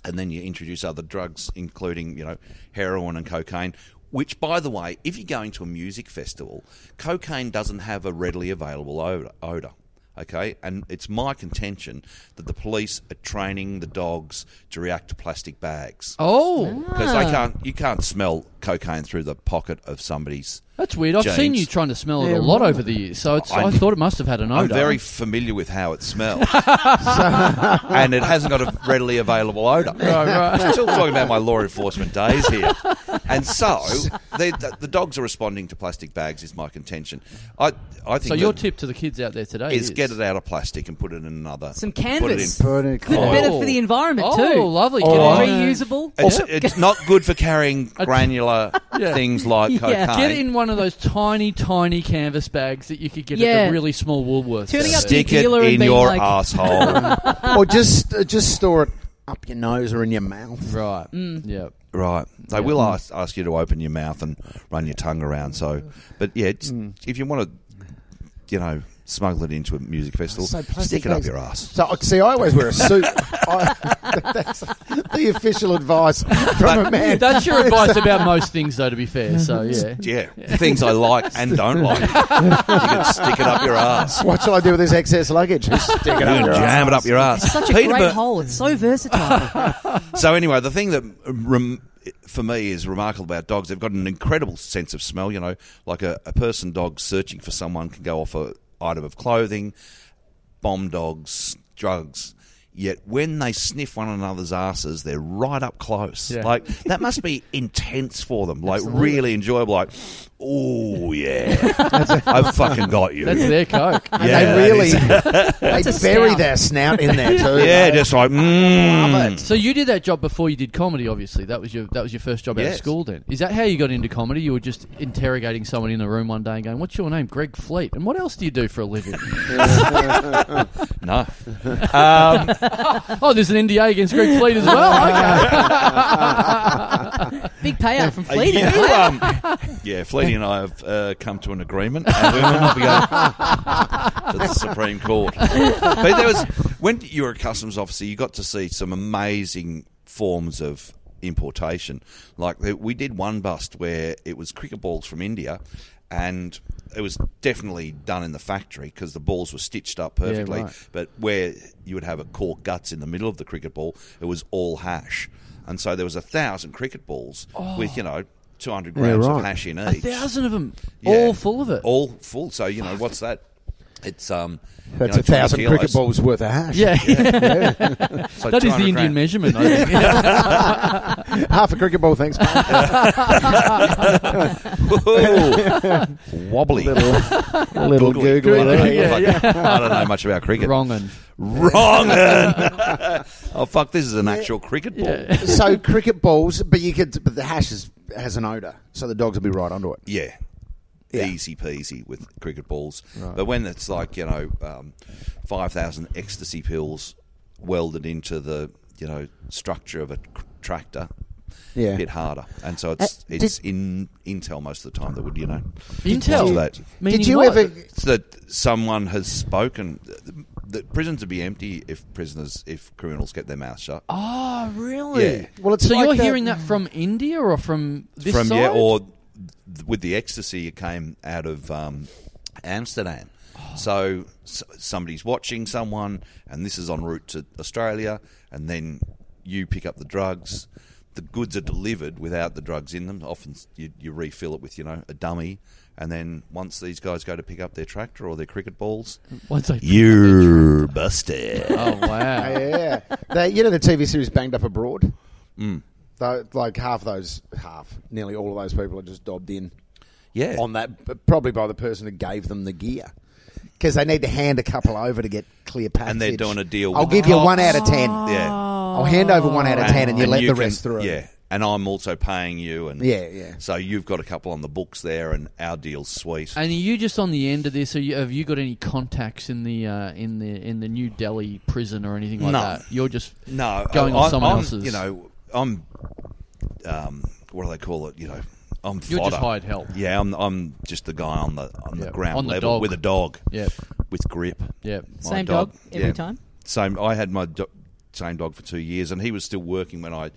and then you introduce other drugs, including you know heroin and cocaine. Which, by the way, if you're going to a music festival, cocaine doesn't have a readily available odor. odor okay, and it's my contention that the police are training the dogs to react to plastic bags Oh, because they can't. You can't smell cocaine through the pocket of somebody's. that's weird. I've seen James. you trying to smell it a lot over the years, so it's, I I'm- thought it must have had an odor. I'm very familiar with how it smells, and it hasn't got a readily available odor. I'm still talking about my law enforcement days here, and so they, the, the dogs are responding to plastic bags. Is my contention. I I think So your that tip to the kids out there today is get it out of plastic and put it in another. Some Put it in canvas. Burning That's coal. better for the environment oh, too. lovely. Oh, Get I- it in- Reusable. It's, it's not good for carrying granular Yeah. things like Yeah. cocaine. Get it in one of those tiny, tiny canvas bags that you could get at Yeah. the really small Woolworths. Turning up Stick Your it dealer and in being your like- asshole. or just uh, just store it up your nose or in your mouth. Right. Mm. Yeah. Right. They will ask, ask you to open your mouth and run your tongue around. So, but yeah, it's, if you want to, you know, smuggle it into a music festival, So plastic stick it up bags- your ass. So uh, see, I always wear a suit. I, that's the official advice from a man. That's your advice about most things, though, to be fair. So, yeah. Yeah, things I like and don't like. you can stick it up your ass. What shall I do with this excess luggage? Stick You it up can your jam it up your ass. Such a Peter great Bur- hole. It's so versatile. So anyway, the thing that um, rem- for me is remarkable about dogs, they've got an incredible sense of smell. You know, like a, a person dog searching for someone can go off a item of clothing, bomb dogs, drugs. Yet when they sniff one another's asses, they're right up close. Yeah. Like that must be intense for them. Like really enjoyable. Like, oh yeah, I've fucking got you. That's their coke. Yeah, that they really is- a they bury snout. their snout in there too. yeah, just like mm. So you did that job before you did comedy, obviously. That was your that was your first job out of Yes. school. Then is that how you got into comedy? You were just interrogating someone in a room one day and going, "What's your name, Greg Fleet? And what else do you do for a living?" no. oh, there's an NDA against Greg Fleet as well. Okay. Big payout from Uh, Fleety. you, um, yeah, Fleety and I have uh, come to an agreement, and we will not be going to the Supreme Court. But there was when you were a customs officer, you got to see some amazing forms of importation. Like the- we did one bust where it was cricket balls from India, and it was definitely done in the factory because the balls were stitched up perfectly. right. But where you would have a cork guts in the middle of the cricket ball, it was all hash. And so there was a thousand cricket balls with, you know, 200 grams of right. hash in a each. thousand of them, Yeah. all full of it. All full. So, you know, what's that? It's, um, you That's know, a thousand 20 kilos. cricket balls worth of hash. yeah, So that is the 200 Indian grams. measurement. I think. half a cricket ball. Thanks. mate. Whoa. Wobbly. A little Googly. googly. there. I don't know- I don't know much about cricket. Wrong and Wrong. oh, fuck, this is an actual cricket ball. yeah. so cricket balls, but you could, but the hash is, has an odor, so the dogs will be right onto it. Yeah. Yeah. Easy peasy with cricket balls. But when it's like, you know, um, 5,000 ecstasy pills welded into the, you know, structure of a cr- tractor, Yeah. a bit harder. And so it's Uh, it's in Intel most of the time that would, you know. Intel. do that. Meaning Did you what? ever? It's that someone has spoken. The- The prisons would be empty if prisoners, if criminals get their mouth shut. Oh, really? Yeah. Well, it's so like you're that- hearing that from India or from this from side? yeah, or th- with the ecstasy, it came out of um, Amsterdam. Oh. So, s somebody's watching someone, and this is en route to Australia, and then you pick up the drugs. The goods are delivered without the drugs in them. Often s- you, you refill it with you know a dummy, and then once these guys go to pick up their tractor or their cricket balls, Once I- you're busted. Oh wow. yeah, They- you know the TV series Banged Up Abroad. Mm. like half those, half nearly all of those people are just dobbed in Yeah, on that, but probably by the person who gave them the gear. Because they need to hand a couple over to get clear passage. and they're doing a deal. I'll with give you cops. one out of ten. Oh. Yeah. I'll hand over one out of ten, and you let the can- rest through. Yeah, and I'm also paying you, and Yeah, yeah. So you've got a couple on the books there, and our deal's sweet. And are you just on the end of this? Are you, have you got any contacts in the uh, in the in the New Delhi prison or anything like No. that? You're just no, going I, on someone I'm, else's. You know, I'm. Um, what do they call it? You know, I'm. You're fodder. just hired help. Yeah, I'm. I'm just the guy on the on Yeah, the ground on the level dog. with a dog. Yep. with grip. Yep. My Same dog every time? Same. I had my do- same dog for two years, and he was still working when I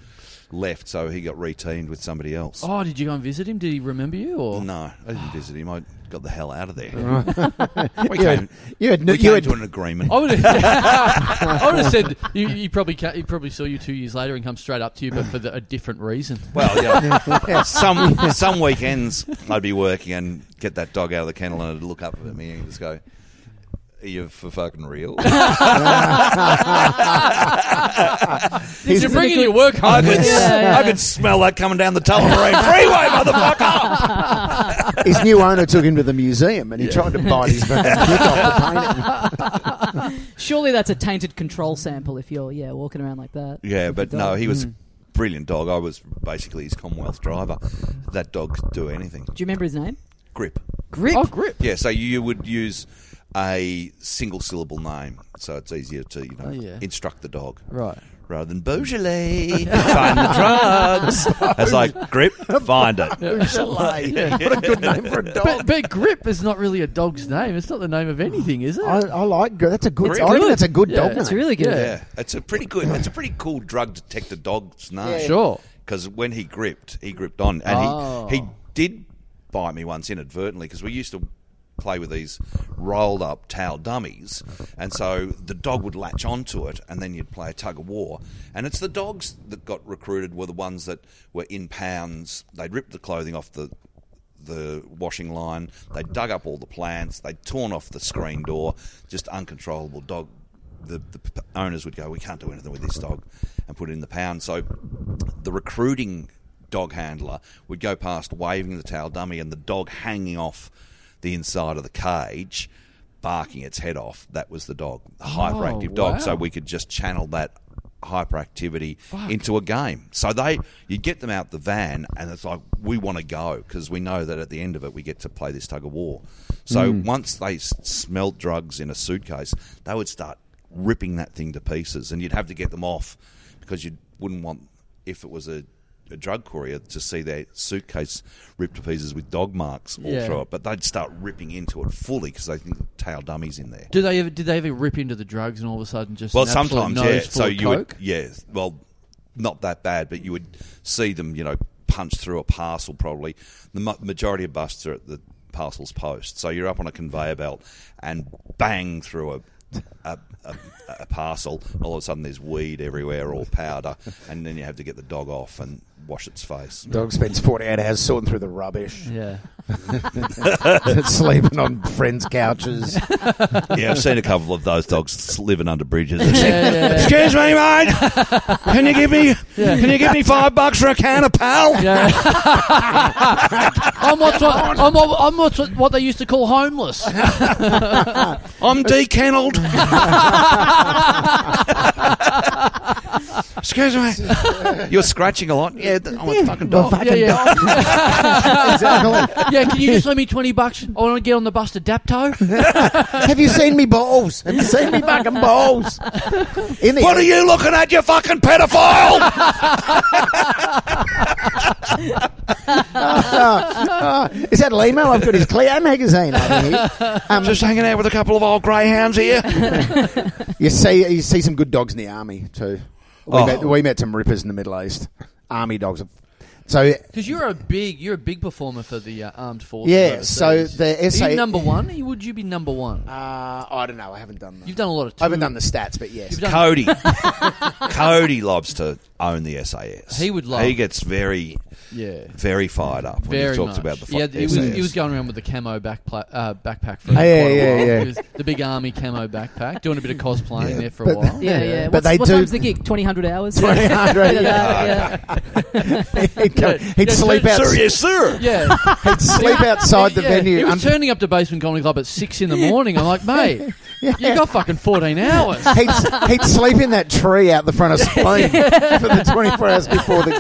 left, so he got reteamed with somebody else. Oh, did you go and visit him? Did he remember you? Or Oh, No, I didn't visit him. I got the hell out of there. we You had- came, you had no- we you came had- to an agreement. I would have, I would have said you, you probably ca you probably saw you two years later and come straight up to you, but for the, a different reason. Well, yeah. some some weekends I'd be working and get that dog out of the kennel and I'd look up at me and just go, "Are you for fucking real?" He's- You're bringing your work home. could, Yeah, I could smell that coming down the Tullamarine Freeway, motherfucker. his new owner took him to the museum, and he tried to bite his dick off the painting. Surely that's a tainted control sample if you're yeah walking around like that. Yeah, With but the no, dog. he was. a Brilliant dog. I was basically his Commonwealth driver. That dog could do anything. Do you remember his name? Grip. Grip. Oh, grip. Yeah, so you would use a single syllable name, so it's easier to you know Oh, yeah. instruct the dog Right. rather than Beaujolais. find the drugs. It's like grip, find it. Beaujolais. What a good name for a dog. But, but grip is not really a dog's name. It's not the name of anything, is it? I, I like gr- that's a good. It's I reckon good. that's a good Yeah, dog. it's It's name. really good. Yeah, it's a pretty good. It's a pretty cool drug detector dog's name. Yeah. sure. because when he gripped, he gripped on, and Oh. he he did bite me once inadvertently because we used to play with these rolled up towel dummies, and so the dog would latch onto it, and then you'd play a tug of war. And it's the dogs that got recruited were the ones that were in pounds. They'd ripped the clothing off the the washing line. They dug up all the plants. They'd torn off the screen door. Just uncontrollable dog the, the p- owners would go, "We can't do anything with this dog," and put it in the pound. So the recruiting dog handler would go past waving the tail dummy, and the dog hanging off the inside of the cage, barking its head off. That was the dog, the hyperactive dog. So wow. we we could just channel that hyperactivity into a game. So they, you get them out the van, and it's like we want to go because we know that at the end of it we get to play this tug of war. So once they s- smelt drugs in a suitcase, they would start ripping that thing to pieces, and you'd have to get them off because you wouldn't want if it was a a drug courier to see their suitcase ripped to pieces with dog marks all Yeah. through it, but they'd start ripping into it fully because they think the tail dummy's in there. Do they ever? Did they ever rip into the drugs and all of a sudden just Well, an absolute sometimes, nose yeah. full So of you coke? would, yeah. Well, not that bad, but you would see them, you know, punch through a parcel. Probably the ma- majority of busts are at the parcels post. So you're up on a conveyor belt and bang through a. A, a, a parcel, and all of a sudden there's weed everywhere or powder, and then you have to get the dog off and wash its face. Dog spends 48 hours sorting through the rubbish, yeah. sleeping on friends' couches. Yeah, I've seen a couple of those dogs living under bridges. I've seen- Yeah, yeah, yeah. Excuse me, mate. Can you give me? Can you give me five bucks for a can of pal? Yeah. I'm what's what, I'm, what- I'm what's what, what they used to call homeless. I'm decanneled. Excuse me. You're scratching a lot. Yeah, th- I'm a fucking dog. yeah, yeah. exactly. yeah, can you just lend me twenty bucks? I want to get on the bus to Dapto. Have you seen me balls? Have you seen me fucking balls? In the What are you looking at, you fucking pedophile? Ah, is that Limo? I've got his Cleo magazine over here. Um, Just hanging out with a couple of old greyhounds here. you see, you see some good dogs in the army too. We, Oh. met, we met some rippers in the Middle East. Army dogs. are- So Because you're a big, you're a big performer for the uh, armed forces. yeah, so overseas. the Are SA. you number one? You- Would you be number one? Uh, I don't know. I haven't done that. You've done a lot of. I haven't tour- done the stats, but yes. You've done- Cody. Cody loves to own the SAS. He would love- He gets very, Yeah. very fired up when Very he talks much. about the fu- yeah, he was, SAS. he was going around with the camo backpla- uh, backpack for Yeah, quite yeah, a while. yeah. He was the big army camo backpack, doing a bit of cosplaying Yeah. there for a But- while. Yeah, yeah. But What's, they what do- time's the gig? 2000 hours? Yeah, yeah. he'd go- he'd Yeah, sleep so- out. Sir, yes, sir. yeah. He'd sleep outside the Yeah, He venue. was un- turning up to Basement Comedy Club at six in the morning. I'm like, mate, you got fucking 14 hours. He'd, he'd sleep in that tree out the front of Spleen for the 24 hours before the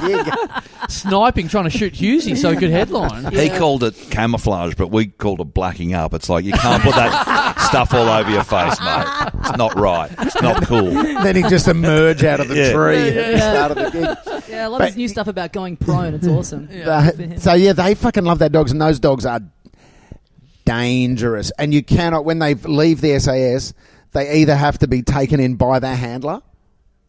gig. Sniping, trying to shoot Husey so he could headline. He called it camouflage, but we called it blacking up. It's like you can't put that stuff all over your face, mate. It's not right. It's not cool. Then he'd just emerge out of the Yeah. tree Yeah, at the yeah, start of the gig. Yeah, I love But- this new stuff about going prone. It's awesome. They- Good for him. so yeah, they fucking love their dogs, and those dogs are dangerous. And you cannot when they leave the SAS, they either have to be taken in by their handler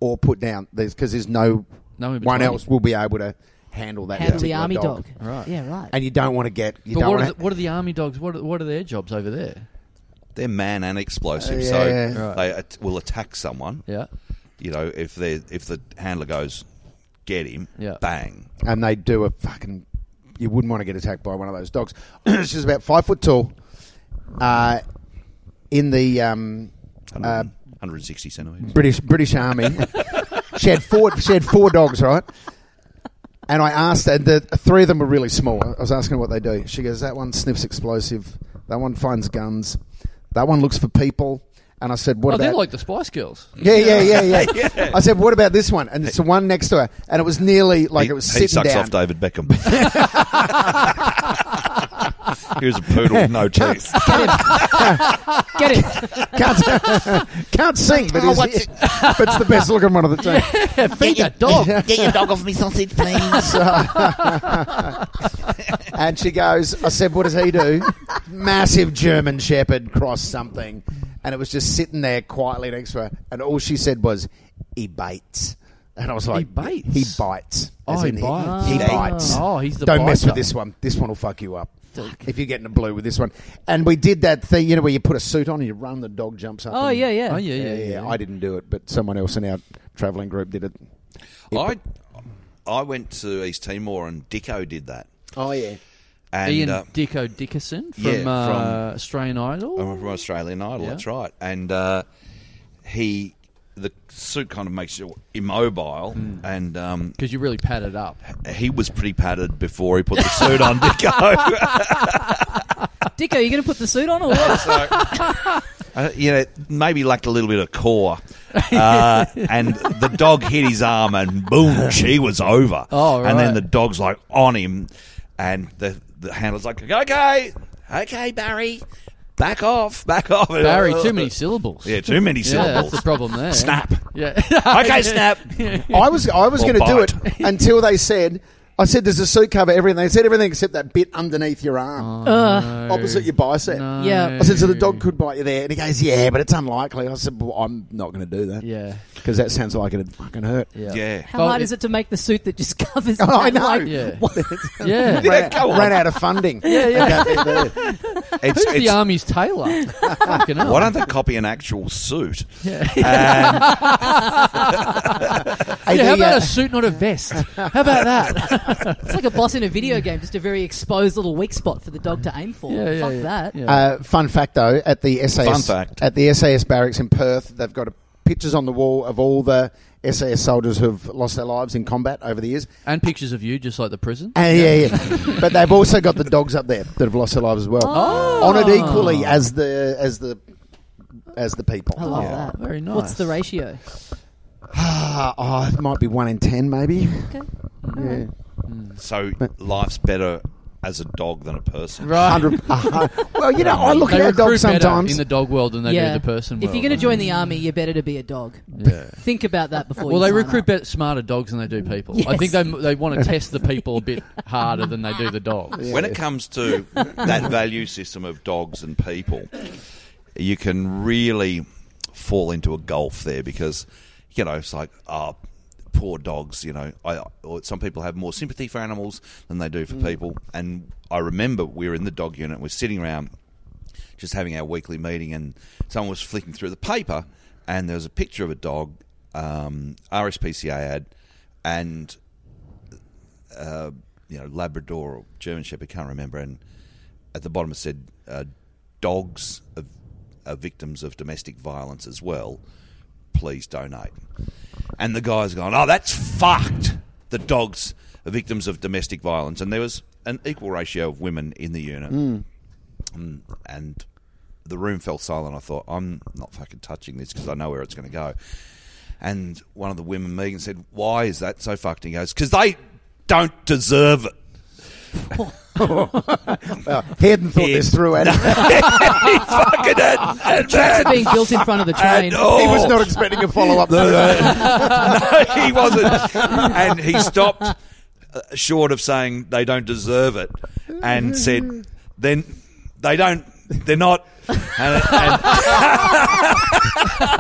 or put down. There's because there's no, No in one between. else will be able to handle that. Handle the particular army dog. Right. Yeah, right. And you don't want to get. You But don't what want are, the, what are the army dogs? What are, what are their jobs over there? They're man and explosive, Yeah. so Right. they at- will attack someone. Yeah. You know, if they if the handler goes, get him, Yeah. bang. and they do a fucking. You wouldn't want to get attacked by one of those dogs. She's about five foot tall. Uh, in the um, 100 uh, 160 centimeters. British British Army, she had four. She had four dogs, right? And I asked, and the three of them were really small. I was asking her what they do. She goes, "That one sniffs explosive. That one finds guns. That one looks for people." And I said, "What oh, they're about?" like the Spice Girls. yeah, yeah, yeah, yeah, I said, "What about this one?" And it's the one next to her, and it was nearly like he, it was he sitting sucks down. off David Beckham. Here's a poodle with no teeth. Get it. can't, can't sing, but, he's- but it's the best looking one of the two. Feed that dog. Get your dog off me sausage, please. And she goes, I said, what does he do? Massive German Shepherd cross something. And it was just sitting there quietly next to her. And all she said was, he bites. And I was like, He bites? He bites. As Oh, he in bites. He, Oh. bites. Oh, he's the Don't mess biter. with this one. This one will fuck you up. If you get in the blue with this one. And we did that thing, you know, where you put a suit on and you run, the dog jumps up. Oh, and- yeah, yeah. Oh, yeah, yeah, yeah, yeah, yeah. I didn't do it, but someone else in our travelling group did it. I I went to East Timor and Dicko did that. Oh yeah. And Ian uh, Dicko Dickerson from, yeah, uh, from- Oh. Australian Idol. I'm from Australian Idol. Yeah. That's right. And uh, he the suit kind of makes you immobile, Hmm. and um, because you really pad it up. he was pretty padded before he put the suit on, Dicko. Dick, are you going to put the suit on or what? so, uh, you know, maybe lacked a little bit of core. Uh, and the dog hit his arm, and boom, she was over. Oh, And right. then the dog's like on him, and the, the handler's like, okay, okay, Barry, back off, back off. Barry, too many syllables. Yeah, too many Yeah, that's syllables. the problem there. Snap. Yeah. Okay, snap. I was I was Or going to do it bite. until they said I said there's a suit cover everything. They said everything except that bit underneath your arm, Uh, opposite your bicep. Oh, No. Yeah. I said so the dog could bite you there, and he goes yeah, but it's unlikely. I said well, I'm not going to do that Yeah. because that sounds like it'd fucking hurt. Yeah. Yeah. How Well, hard it- is it to make the suit that just covers? Oh, I that, know. like- Yeah. ran, Yeah. Yeah, go on. ran out of funding. yeah, yeah. It's, Who's the it's, army's tailor? Fucking hell. why don't they copy an actual suit? yeah, how about a suit, not a vest? How about that? it's like a boss in a video game, just a very exposed little weak spot for the dog to aim for. Yeah, yeah, Fuck yeah. that. Yeah. Uh, fun fact though, at the SAS Fun fact. at the SAS barracks in Perth, they've got a, pictures on the wall of all the SAS soldiers who've lost their lives in combat over the years. and pictures of you, just like the prison. And uh, yeah, yeah. but they've also got the dogs up there that have lost their lives as well, Oh. honored equally as the as the as the people. I love that. very nice. What's the ratio? Ah, oh, it might be one in ten, maybe. Okay. Yeah. So life's better as a dog than a person. Right. Hundred- a hun- well, you know, I look They at our recruit dogs better sometimes. in the dog world than they yeah. do the person world. If you're going to join the army, you're better to be a dog. yeah. Think about that before. Well, you they sign recruit up. better, smarter dogs than they do people. I Yes. think they they want to test the people a bit harder than they do the dogs. When it comes to that value system of dogs and people, you can really fall into a gulf there because, you know, it's like, ah, poor dogs, you know. I, or some people have more sympathy for animals than they do for people. And I remember we were in the dog unit, we're sitting around just having our weekly meeting, and someone was flicking through the paper, and there was a picture of a dog, um, RSPCA ad, and uh, you know Labrador or German Shepherd, can't remember. And at the bottom it said, uh, "Dogs of, are victims of domestic violence as well. Please donate." And the guy's gone, "Oh, that's fucked." The dogs are victims of domestic violence, and there was an equal ratio of women in the unit. Mm, and the room fell silent. I thought, I'm not fucking touching this because I know where it's going to go. And one of the women, Megan, said, Why is that so fucked? And he goes, Because they don't deserve it. Hadn't thought this through, and he fucking had, had, had, being built in front of the train. had- oh. he was not expecting a follow up. uh, no, he wasn't. And he stopped uh, short of saying they don't deserve it, and said, "Then they don't. They're not." And, and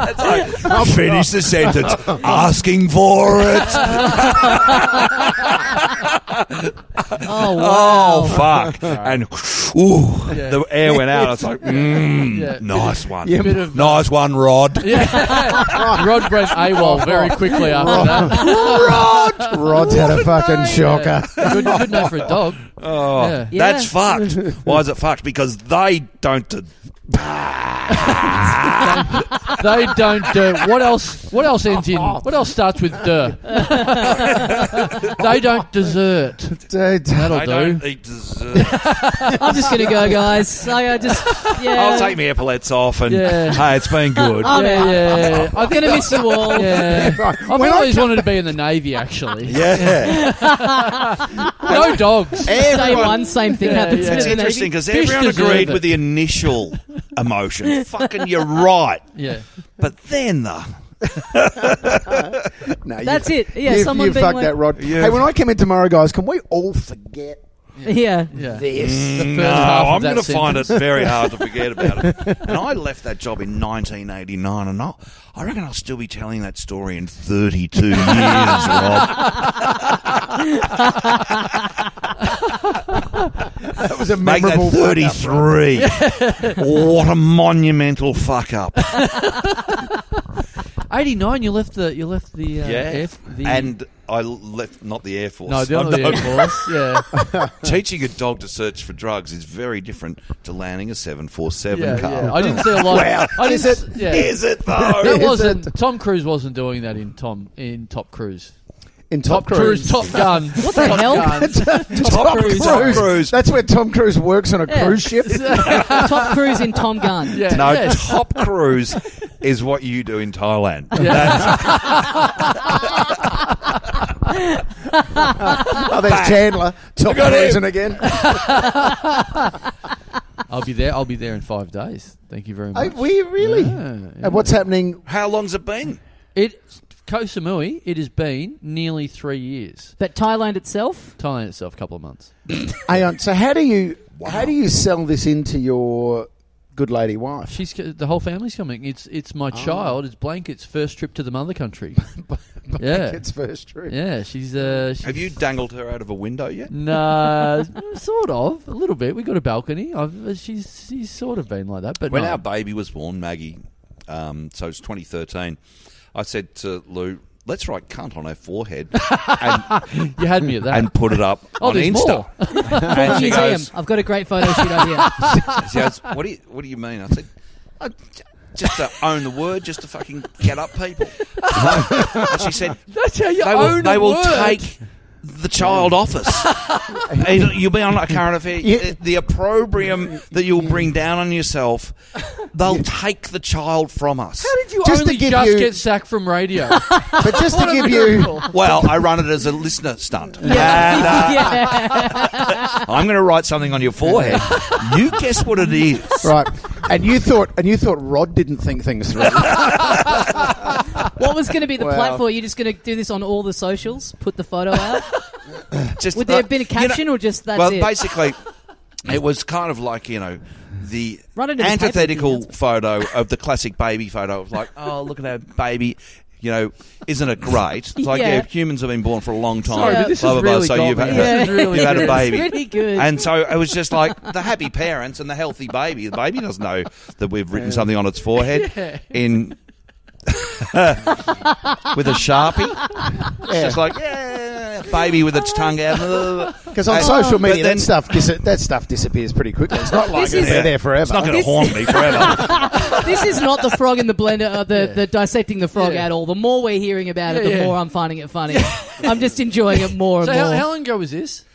It's like, finish the sentence. Asking for it. Oh, Oh wow. fuck! And ooh, the air went out. I was like, mm, Yeah. nice one, Yeah, bit of- nice one, Rod. Rod went AWOL very quickly after that. Rod's had a fucking shocker. Good, good note for a dog. Oh, Yeah. that's Yeah. fucked. Why is it fucked? Because they don't. de- They don't do. What else? What else ends in? What else starts with "der"? they don't desert. Dude, they That'll don't do. eat dessert. I'm just going to go, guys. I, I just, yeah. I'll take my epaulets off and Yeah. hey, it's been good. I'm Yeah, out. yeah, yeah. I'm going to miss you all. Yeah. I've When I always wanted to be in the navy. Actually, yeah, no dogs. Day Everyone- one, same thing Yeah, happens. yeah. to It's the Navy. interesting because Fish everyone deserve agreed it. with the initial emotion. Fucking, you're right. Yeah. But then the No, you- That's it. Yeah, you, someone you being fucked like- that, Rod. Yeah. Hey, when I come in tomorrow, guys, can we all forget Yeah. Yeah. this? first no, half of I'm that going to find it very hard to forget about it. And I left that job in 1989, and I, I reckon I'll still be telling that story in 32 years, Rob. That was a Make that memorable. 33. what a monumental fuck up. eighty nine. You left the you left the uh, Yeah, air, the and I left not the air force. no the other No, air force. Yeah, Teaching a dog to search for drugs is very different to landing a seven four seven yeah, car. yeah. I didn't see a lot. Wow. I didn't, Is it- s- Yeah. Is it though? that it- wasn't Tom Cruise wasn't doing that in Tom in Top Cruise. In Top, Cruise, Top Gun. what the hell? Top Cruise. Top Cruise. That's where Tom Cruise works on a Yeah. cruise ship. Top Cruise in Tom Gunn. Yeah. No, yeah. Top Cruise is what you do in Thailand. Oh, there's Chandler. Top got him. Cruise in again. I'll be there. I'll be there in five days. Thank you very Are much. we really? Yeah, yeah. And what's happening? How long's it been? It Koh Samui. It has been nearly three years. But Thailand itself, Thailand itself, a couple of months. Hang on. So how do you how do you sell this into your good lady wife? She's the whole family's coming. It's it's my child. It's blanket's first trip to the mother country. yeah, It's first trip. yeah. She's uh. She's, Have you dangled her out of a window yet? Nah, mm, sort of a little bit. We got a balcony. I've, uh, she's she's sort of been like that, but When no. our baby was born, Maggie, um, so it's 2013, I said to Lou, let's write cunt on her forehead and, you had me at that. and put it up Oh, on there's Insta. the and she museum. goes, I've got a great photo shoot idea. she goes, what, do you, what do you mean? I said, "I j- just to own the word, just to fucking get up people. and she said, That's how you they own will, they a will word. take the child off us. And You'll be on a current affair. Yeah. The opprobrium that you'll bring down on yourself, they'll take the child from us. How did you Just to only give just you- get sacked from radio? But just to What a give you, miracle. Well, I run it as a listener stunt. And, uh, yeah. I'm going to write something on your forehead. You guess what it is. right, and you thought and you thought Rod didn't think things through. What was going to be the Wow. platform? You're just going to do this on all the socials? Put the photo out? Just, Would there uh, have been a you know- caption or just that's well, it? basically, it was kind of like you know the Run into the antithetical paper, yeah. photo of the classic baby photo of like, oh look at our baby. You know, isn't it great? It's like, yeah. Yeah. humans have been born for a long time. Sorry, but this blah, has blah, blah. really so got you've me. had, Yeah. This is really you've had a good. baby. It's pretty good. And so it was just like the happy parents and the healthy baby. The baby doesn't know that we've written something on its forehead in with a sharpie. It's just like yeah, baby with its tongue out. Because on Hey, social but media, then- that stuff dis- that stuff disappears pretty quickly. It's not like This it's is- there forever. It's not going to This- haunt me forever. this is not the frog in the blender, uh, the, Yeah. the dissecting the frog Yeah. at all. The more we're hearing about it, Yeah, the yeah. more I'm finding it funny. I'm just enjoying it more and so more. how, how long ago was this?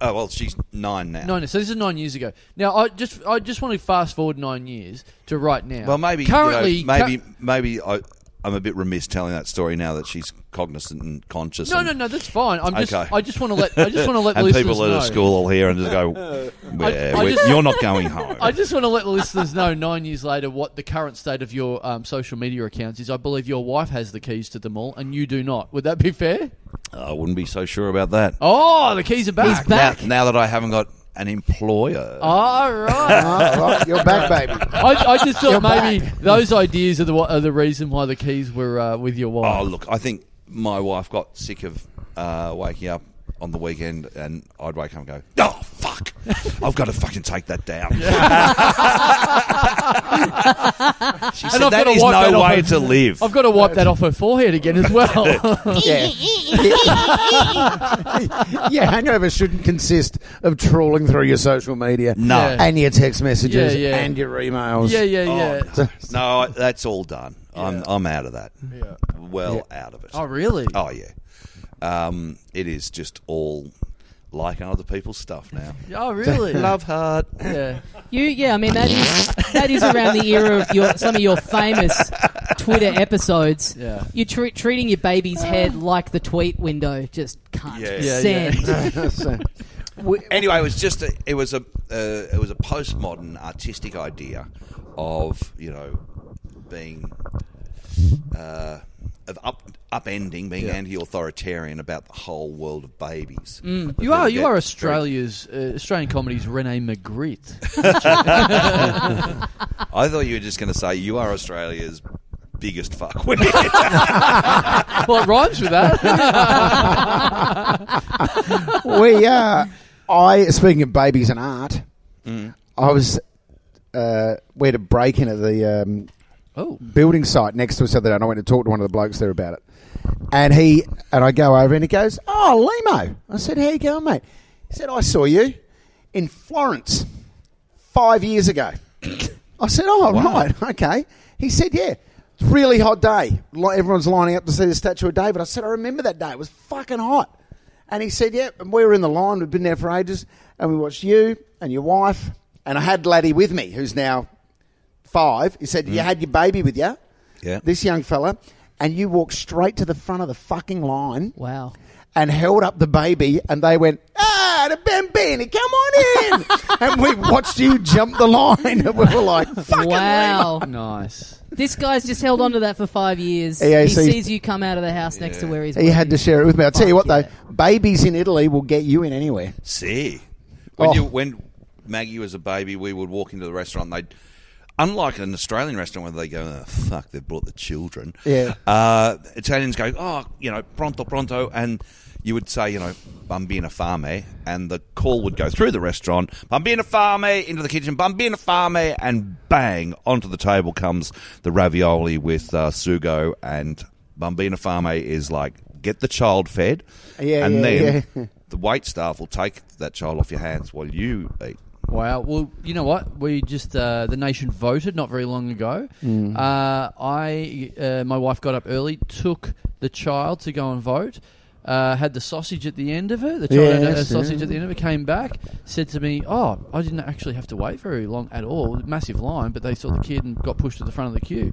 oh well, she's nine now. Nine. So this is nine years ago. Now I just I just want to fast forward nine years to right now. Well, maybe you know, currently maybe cur- maybe I, I'm a bit remiss telling that story now that she's cognizant and conscious. no, and, no, no. That's fine. I'm just Okay. I just want to let I just want to let and listeners people at know. a school will hear and just go, "Where- I where- just- "You're not going home." I just want to let the listeners know nine years later what the current state of your um, social media accounts is. I believe your wife has the keys to them all, and you do not. Would that be fair? I wouldn't be so sure about that. Oh, the keys are back. Oh, He's back. Now, now that I haven't got an employer, All right. All Ah, right, you're back, baby. I, I just thought You're maybe back. those ideas are the are the reason why the keys were uh, with your wife. oh look, I think my wife got sick of uh, waking up on the weekend, and I'd wake up and go, "Oh fuck, I've got to fucking take that down." she said, I've "That gotta is wipe that no off way her- to live." I've got to wipe that off her forehead again as well. Yeah. yeah, hangover shouldn't consist of trawling through your social media. No. Yeah. And your text messages Yeah, yeah. and your emails. yeah, yeah, yeah. Oh. So- No, I- that's all done. I'm I'm out of that. Well, out of it. Oh, really? Oh yeah. Um, it is just all liking other people's stuff now. Oh, really? Love heart. Yeah. You, yeah, I mean that is that is around the era of your some of your famous Twitter episodes. Yeah. You're tre- treating your baby's head like the tweet window, just can't Yeah. Yeah, send. so- Anyway, it was just a, it was a uh, it was a postmodern artistic idea of you know being uh, of up upending, being anti-authoritarian about the whole world of babies. But You then are Mm. you you get are very- Australia's uh, Australian comedy's Renee Magritte. I thought you were just going to say you are Australia's biggest fuckwit. well, it rhymes with that. we are. I speaking of babies Mm. and art, I was uh, we had a break in at the um, Oh, building site next to us the other day, and I went to talk to one of the blokes there about it. And he and I go over, and he goes, "Oh, Limo." I said, "How you going, mate?" He said, "I saw you in Florence five years ago." I said, "Oh, right, okay." He said, "Yeah." It's a Really hot day. Li- Everyone's lining up to see the Statue of David. I said, I remember that day. It was fucking hot. And he said, Yeah, and we were in the line. We'd been there for ages. And we watched you and your wife. And I had Laddie with me, who's now five. He said, You had your baby with you. Yeah. This young fella. And you walked straight to the front of the fucking line Wow. and held up the baby. And they went, Ah, the bambini, come on in. and we watched you jump the line. And we were like, Fucking Wow. nice. this guy's just held on to that for five years. He EAC. sees you come out of the house next to where he's He had to share it with me. I'll tell you Fuck what, yeah. though, babies in Italy will get you in anywhere. See, when Oh. you when Maggie was a baby, we would walk into the restaurant. They, would unlike an Australian restaurant where they go, oh, "Fuck, they've brought the children." Yeah. Uh, Italians go, "Oh, you know, pronto, pronto," and you would say, "You know, bambina fame," and the call would go through the restaurant, "Bambina fame," into the kitchen, "Bambina fame," and bang onto the table comes the ravioli with uh, sugo and bambina fame is like get the child fed, Yeah, and yeah, then yeah. the wait staff will take that child off your hands while you eat. Wow. Well, you know what? We just uh, the nation voted not very long ago. Mm. Uh, I uh, my wife got up early, took the child to go and vote. Uh, had the sausage at the end of it. The child had a Yes, sausage yeah. at the end of it. Came back, said to me, "Oh, I didn't actually have to wait very long at all. Massive line, but they saw the kid and got pushed to the front of the queue.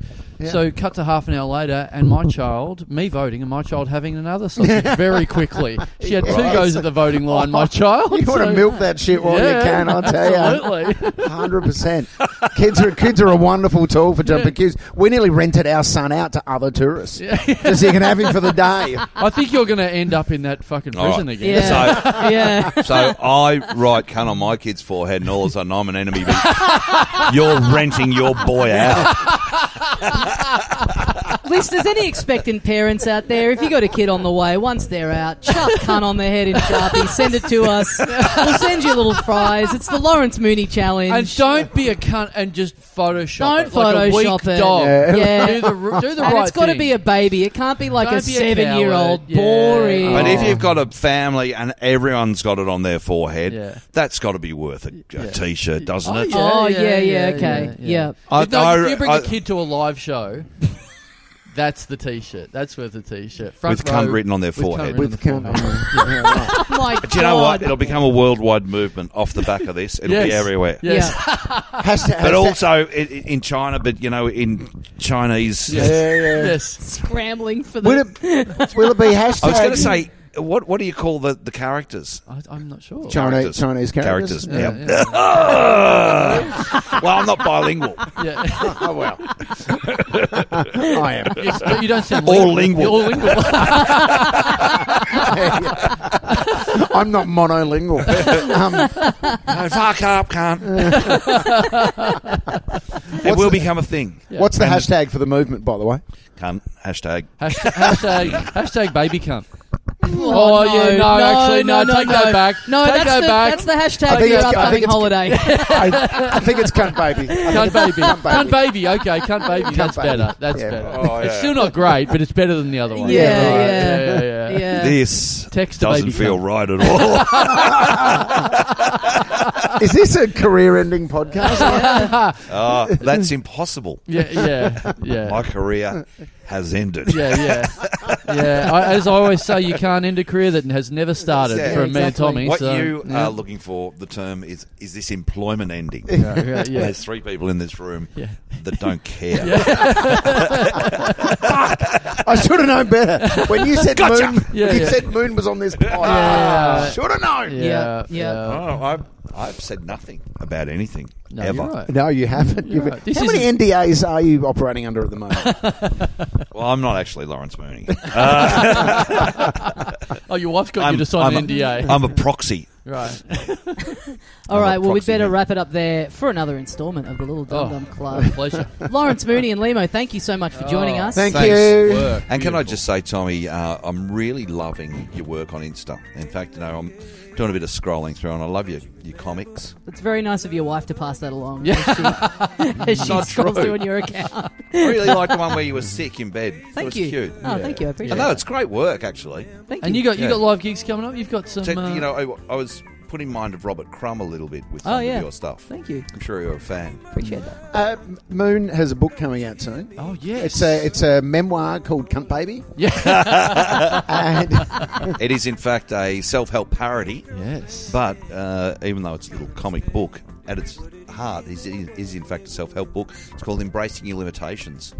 So cut to half an hour later, and my child, me voting, and my child having another sausage very quickly. She had two Right. goes at the voting line. My child. You want to So- milk that shit while Yeah, you can, I'll tell you. Absolutely. Hundred percent. Kids are kids are a wonderful tool for jumping queues. We nearly rented our son out to other tourists just so you can have him for the day. I think you're going to end up in that fucking All prison right. again. Yeah. yeah. So I write cunt on my kid's forehead, and all of a sudden I'm an enemy. but You're renting your boy out. Listeners, any expectant parents out there, if you got a kid on the way, once they're out, chuck cunt on the head in Sharpie, send it to us. We'll send you little fries. It's the Lawrence Mooney challenge. And don't be a cunt and just Photoshop Don't it. like a weak Photoshop it. Dog. Yeah. Yeah. Do the, r- do the and right it's got to thing. be a baby. It can't be like a Don't be a seven year old. coward. Yeah. Boring. But if Oh. you've got a family and everyone's got it on their forehead, Yeah. that's got to be worth a a t-shirt, doesn't it? Oh, yeah, yeah, okay. Yeah. I- If, no, if I- you bring I- a kid to a live show, that's the T-shirt. That's worth a T-shirt. Front With row, cunt written on their cunt forehead. written on With the cunt. forehead. Oh my Do you know what? God. It'll become a worldwide movement off the back of this. It'll be Yes. everywhere. Yes. Yeah. Hashtag, But hashtag- also i- i- in China, but you know, in Chinese. yeah, yeah. Yes. Scrambling for the. Will it will it be hashtag? I was going to say, what what do you call the, the characters? I, I'm not sure. Chinese Chinese characters. Characters. Yeah. yeah. yeah. well, I'm not bilingual. yeah. Oh well, I am. Yes, but you don't sound All lingual. lingual. All lingual. I'm not monolingual. Um, No, fuck up, cunt. it will become a thing. What's the hashtag for the movement, by the way? Cunt. Hashtag. hashtag, hashtag, hashtag baby cunt. Oh, Oh, yeah, no, actually, no, take that back. No, Take that's, that the, back. that's the I hashtag for think your it's- I upcoming think it's- holiday. I, I think it's cunt baby. I think Cunt it's baby. Cunt baby. Cunt baby. Okay, cunt baby. That's baby. better. That's Yeah. better. Oh, It's yeah. still not great, but it's better than the other one. Yeah, Yeah, right. yeah. yeah, yeah, yeah. Yeah. This Text the doesn't baby feel cunt. right at all. Is this a career-ending podcast? Ah, that's impossible. Yeah, yeah, yeah. My career has ended. Yeah, yeah, yeah. I, as I always say, you can't end a career that has never started Yeah, for me and exactly. Tommy. What so, you yeah. are looking for, the term is, is this employment ending? yeah, yeah. There's three people in this room Yeah. that don't care. I should have known better. When you said Moon, Yeah, when you yeah. said Moon was on this podcast. Yeah. Should have known. Yeah, yeah, yeah. Oh, I've, I've said nothing about anything No, ever. you're right. No, you haven't. You've- right. This How many NDAs are you operating under at the moment? Well, I'm not actually Lawrence Mooney. Uh, Oh, your wife's got I'm, you to sign I'm an NDA. A, I'm a proxy. right. All I'm a right, well, we'd proxy better man. wrap it up there for another instalment of the Little Dum Oh. Dum Club. Pleasure. Lawrence Mooney and Limo, thank you so much for joining Oh. us. Thank Thanks. you. Work. And can I Beautiful. just say, Tommy, uh, I'm really loving your work on Insta. In fact, you know, I'm Doing a bit of scrolling through, and I love your, your comics. It's very nice of your wife to pass that along. Yeah. As she, Not as she scrolls true. through on your account. I really like the one where you were sick in bed. it Thank was you. cute. Oh, thank you. Um, I appreciate I know it's great work, actually. it. Thank And you. you got you Yeah. got live gigs coming up. You've got some. So, uh, you know, I, I was put in mind of Robert Crumb a little bit with Oh, some yeah. of your stuff. Thank you. I'm sure you're a fan. Appreciate that. Uh, Moon has a book coming out soon. oh yes. It's a it's a memoir called Cunt Baby. yeah. And it is, in fact, a self-help parody. yes. But uh, even though it's a little comic book, at its heart is, is in fact a self help book. It's called Embracing Your Limitations.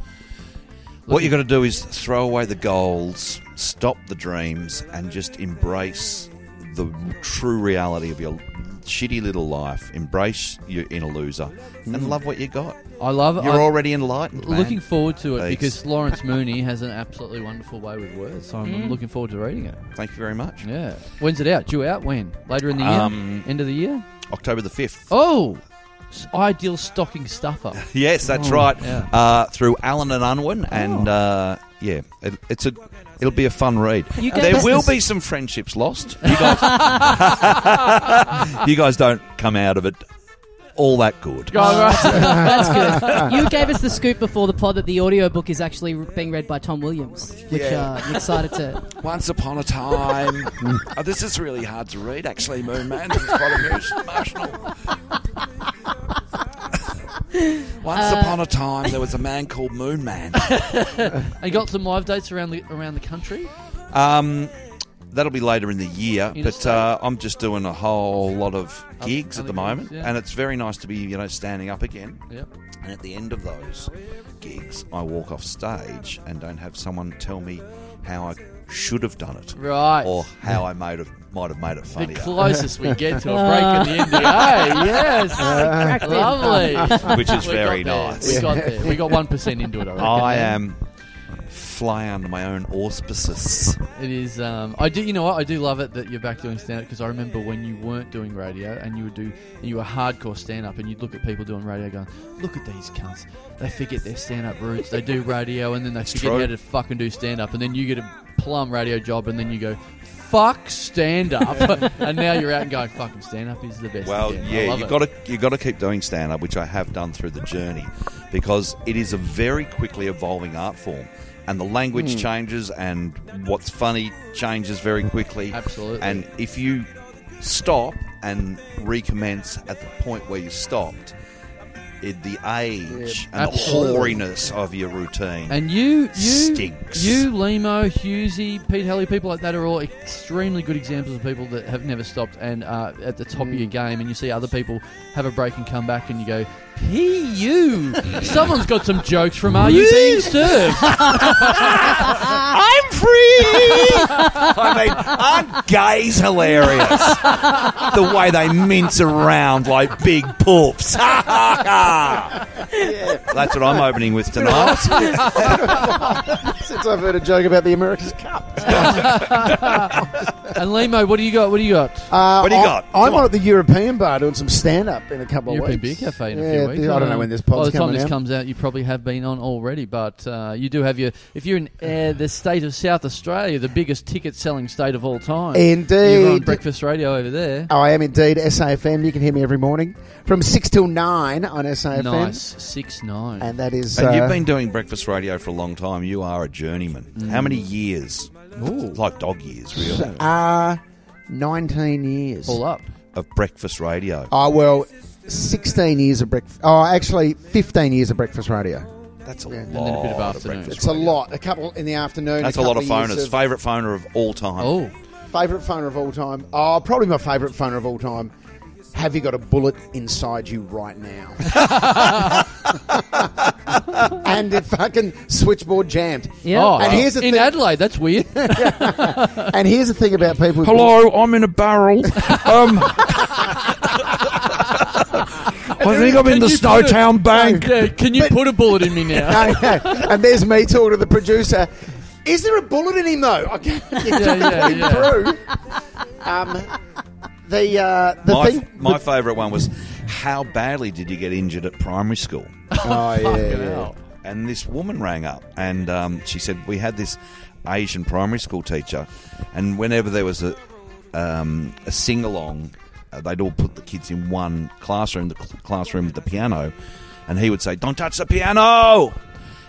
What you've got to do is throw away the goals, stop the dreams, and just embrace the true reality of your shitty little life. Embrace your inner loser and love what you got. I love it. You're Hmm. I- already enlightened. Man. Looking forward to it Thanks. because Lawrence Mooney has an absolutely wonderful way with words, so I'm I'm looking forward to reading it. Thank you very much. Yeah. When's it out? Due out when? Later in the year? Um, End of the year? October the 5th. Oh! s- Ideal stocking stuffer. Yes, that's Oh, right. yeah. Oh. Uh, through Allen and Unwin, and uh, yeah, it, it's a it'll be a fun read. You gave There us will this- be some friendships lost. You guys, you guys don't come out of it all that good. That's good. You gave us the scoop before the pod that the audiobook is actually being read by Tom Williams, which Yeah. uh, I'm excited to. Once upon a time. oh, this is really hard to read, actually, Moon Man. This is quite emo- emotional. Once Uh, upon a time, there was a man called Moon Man. And you got some live dates around the around the country. Um, that'll be later in the year, but Interstate. uh, I'm just doing a whole lot of gigs at other the gigs, moment, yeah. and it's very nice to be you know standing up again. Yep. And at the end of those gigs, I walk off stage and don't have someone tell me how I should have done it. Right. Or how I might have, might have made it The funnier. closest we get to a break in the NDA. Yes. Lovely. Which is We very got there. nice. We got there. We got 1% into it, I reckon. I am fly under my own auspices. It is. Um, I do. You know what? I do love it that you're back doing stand up because I remember when you weren't doing radio and you would do. You were hardcore stand up and you'd look at people doing radio, going, "Look at these cunts. They forget their stand up roots. They do radio and then they forget true. how to fucking do stand up. And then you get a plum radio job and then you go." Fuck stand up, and now you're out and going. Fucking stand up is the best. Well, again." I yeah, love you it. got to you got to keep doing stand up, which I have done through the journey, because it is a very quickly evolving art form, and the Hmm. language changes, and what's funny changes very quickly. Absolutely. And if you stop and recommence at the point where you stopped, it, the age and the Absolutely. hoariness of your routine. And you, you, Stinks. you, Limo, Husey, Pete Halley, people like that are all extremely good examples of people that have never stopped and are at the top of Mm. your game. And you see other people have a break and come back, and you go, "Pu, someone's got some jokes from Are You Being Served?" I'm free! I mean, aren't gays hilarious? the way they mince around like big poops. That's what I'm opening with tonight. since I've heard a joke about the America's Cup, and Limo, what do you got? What do you got? uh, What do you I- got? I'm Come on. on at the European Bar doing some stand up in a couple European of Beer weeks. Cafe in yeah, a few weeks. I don't Um, know when this By pod's the time coming this out. comes out, you probably have been on already, but uh, you do have your. If you're in uh, the state of South Australia, the biggest ticket selling state of all time, you're on Indeed. breakfast radio over there. Oh, I am indeed. SAFM. You can hear me every morning from six till nine on SAFM. Nice six nine. And that is. And uh, you've been doing breakfast radio for a long time. You are a journeyman. Mm. How many years? Like dog years, really, uh, nineteen years. Pull up. of breakfast radio. Oh well, sixteen years of breakfast. Oh, actually, fifteen years of breakfast radio. That's a lot. Yeah. And then a bit of of afternoon. Oh, breakfast It's a radio. lot. A couple in the afternoon. That's a a lot of couple years phoners. of- Favorite phoner of all time. Oh, Favorite phoner of all time? Oh, probably my favorite phoner of all time. Have you got a bullet inside you right now? and it fucking switchboard jammed. Yeah. oh And here's the in thing- Adelaide. That's weird. And here's the thing about people. with- I'm in a barrel. Um, I think I'm in the Snowtown Bank. Yeah, can you put a bullet in me now? No, no. And there's me talking to the producer. Is there a bullet in him though? I can't get yeah, yeah. through. Um, the uh, the my thing. my favorite one was how badly did you get injured at primary school? oh yeah, Wow. And this woman rang up and um, she said, We had this Asian primary school teacher, and whenever there was a um, a sing along. Uh, they'd all put the kids in one classroom, the cl- classroom with the piano, and he would say, "Don't touch the piano,"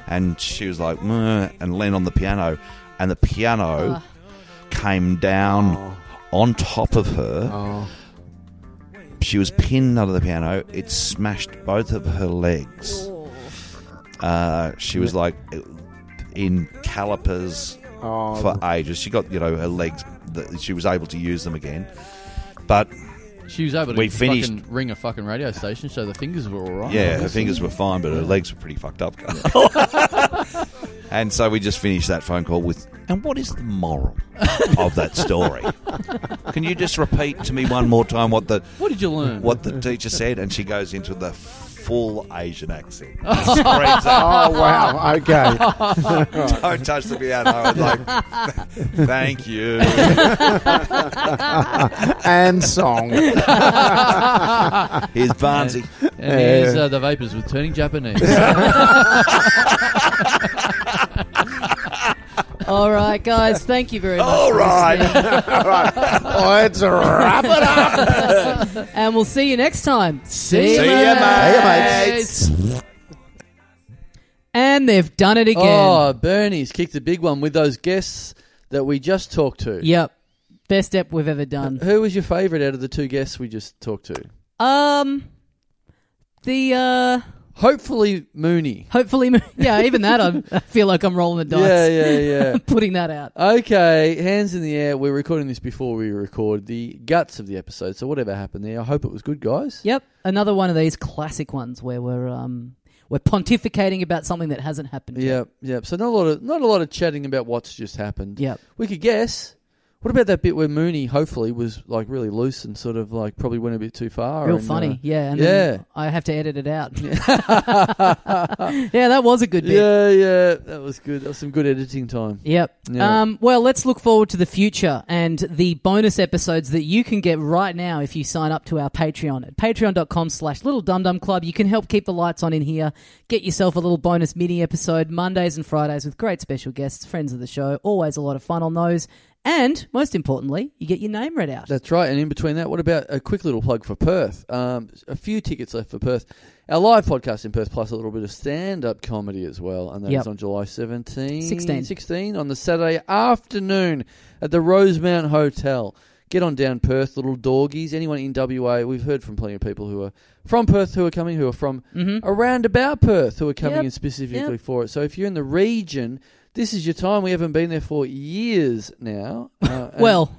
and she was like, "Meh," and lean on the piano, and the piano came down Oh. on top of her. She was pinned under the piano. It smashed both of her legs. Uh, she was like in calipers Oh, for ages. She got you know her legs. th- She was able to use them again, but She was able to We finished- fucking ring a fucking radio station, so the fingers were all right. yeah, her fingers were fine, but her legs were pretty fucked up. and so we just finished that phone call with. And what is the moral of that story? Can you just repeat to me one more time what the What did you learn? what the teacher said? And she goes into the full Asian accent. and screams out, oh wow. Okay. Don't touch the piano. I'm like, thank you. and song. Here's Barnsey. And here's uh, the vapors with turning Japanese. All right, guys. Thank you very much. All for right. Let's Oh, wrap it up. listening. And we'll see you next time. See ya, mates. And they've done it again. Oh, Bernie's kicked the big one with those guests that we just talked to. Yep. Best step we've ever done. Who was your favourite out of the two guests we just talked to? Um, the uh, Hopefully Mooney. hopefully, yeah. Even that, I'm- I feel like I'm rolling the dice. Yeah, yeah, yeah. Putting that out. Okay, hands in the air. We're recording this before we record the guts of the episode. So whatever happened there, I hope it was good, guys. Yep, another one of these classic ones where we're um we're pontificating about something that hasn't happened. yet. Yep, yep. So not a lot of not a lot of chatting about what's just happened. Yep. We could guess. What about that bit where Mooney hopefully was like really loose and sort of like probably went a bit too far? Real and, funny, uh, yeah. And yeah. then I have to edit it out. yeah, that was a good bit. yeah, yeah. That was good. That was some good editing time. Yep. Yeah. Um, well, let's look forward to the future and the bonus episodes that you can get right now if you sign up to our Patreon at patreon.com slash little dum dum club. You can help keep the lights on in here. Get yourself a little bonus mini episode Mondays and Fridays with great special guests, friends of the show. Always a lot of fun on those. And most importantly, you get your name read out. That's right. And in between that, what about a quick little plug for Perth? Um, a few tickets left for Perth. Our live podcast in Perth, plus a little bit of stand up comedy as well. And that is Yep. on July 17. 16. 16 on the Saturday afternoon at the Rosemount Hotel. Get on down Perth, little doggies. Anyone in WA, we've heard from plenty of people who are from Perth who are coming, who are from Mm-hmm. around about Perth who are coming Yep. in specifically Yep. for it. So if you're in the region, this is your time. We haven't been there for years now. Uh, and- well,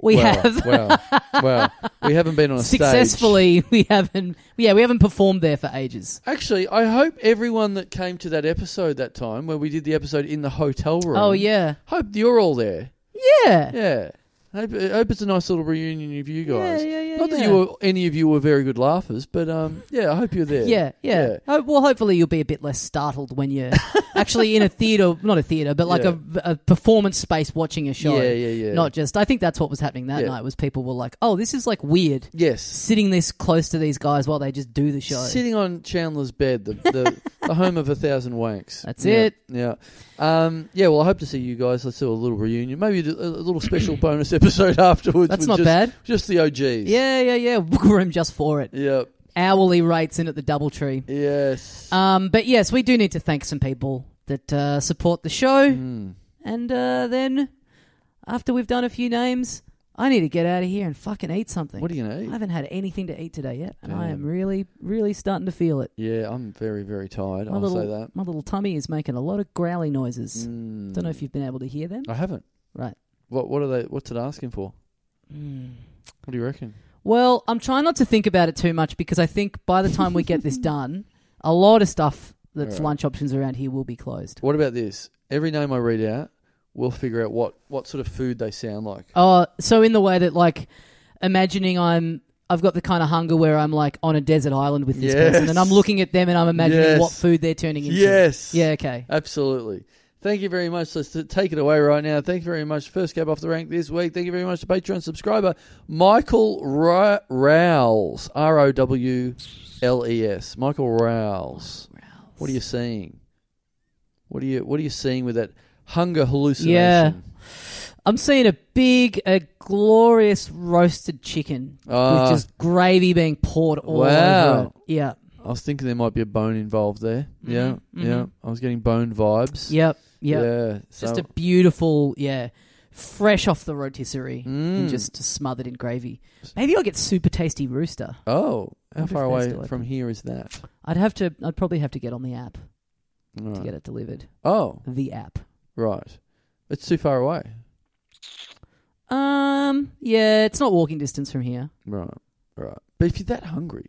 we well, have well, well, we haven't been on a stage. successfully, we haven't, yeah, we haven't performed there for ages. Actually, I hope everyone that came to that episode that time where we did the episode in the hotel room. Oh, yeah. Hope you're all there. Yeah. Yeah. Hope, I hope it's a nice little reunion of you guys. yeah, yeah, Not that yeah. you were, any of you were very good laughers, but um, yeah, I hope you're there. Yeah, yeah. Oh, well, hopefully you'll be a bit less startled when you're actually in a theater, not a theater, but like Yeah. a, a performance space watching a show. Yeah, yeah, yeah. Not just. I think that's what was happening that Yeah. night was people were like, "Oh, this is like weird, Yes. sitting this close to these guys while they just do the show." Sitting on Chandler's bed, the the, the home of a thousand wanks. That's Yeah, it. Yeah, um, yeah. Well, I hope to see you guys. Let's do a little reunion, maybe do a a little special bonus episode afterwards. That's with not just, bad. Just the OGs. Yeah, yeah, yeah. Room just for it. Yep. Hourly rates in at the DoubleTree. Yes. Um, but yes, we do need to thank some people that uh, support the show. Mm. And uh, then after we've done a few names, I need to get out of here and fucking eat something. What are you gonna I eat? haven't had anything to eat today yet, and I am Damn. really, really starting to feel it. Yeah, I'm very very tired. My I'll little, say that. my little tummy is making a lot of growly noises. Mm. Don't know if you've been able to hear them. I haven't. Right. What What are they? What's it asking for? Mm. What do you reckon? Well, I'm trying not to think about it too much because I think by the time we get this done, a lot of stuff that's Alright. lunch options around here will be closed. What about this? Every name I read out, we'll figure out what what sort of food they sound like. Oh, so in the way that like imagining I'm I've got the kind of hunger where I'm like on a desert island with this Yes. person and I'm looking at them and I'm imagining Yes. what food they're turning into. Yes. Yeah, okay. Absolutely. Thank you very much. Let's t- take it away right now. Thank you very much. First cab off the rank this week. Thank you very much to Patreon subscriber Michael Ro- Rowles. R O W L E S. Michael Rowles. What are you seeing? What are you What are you seeing with that hunger hallucination? Yeah. I'm seeing a big, a glorious roasted chicken Ah. with just gravy being poured all Wow. over it. Yeah. I was thinking there might be a bone involved there. Yeah, Mhm, yeah. mhm. I was getting bone vibes. Yep. Yep. Yeah. Just so- a beautiful, yeah, fresh off the rotisserie Mm. and just smothered in gravy. Maybe I'll get super tasty rooster. oh, how Wonder far if they're away still from open. here is that? I'd have to. I'd probably have to get on the app to Right. get it delivered. Oh, The app. right. It's too far away. Um. Yeah, it's not walking distance from here. Right, right. But if you're that hungry,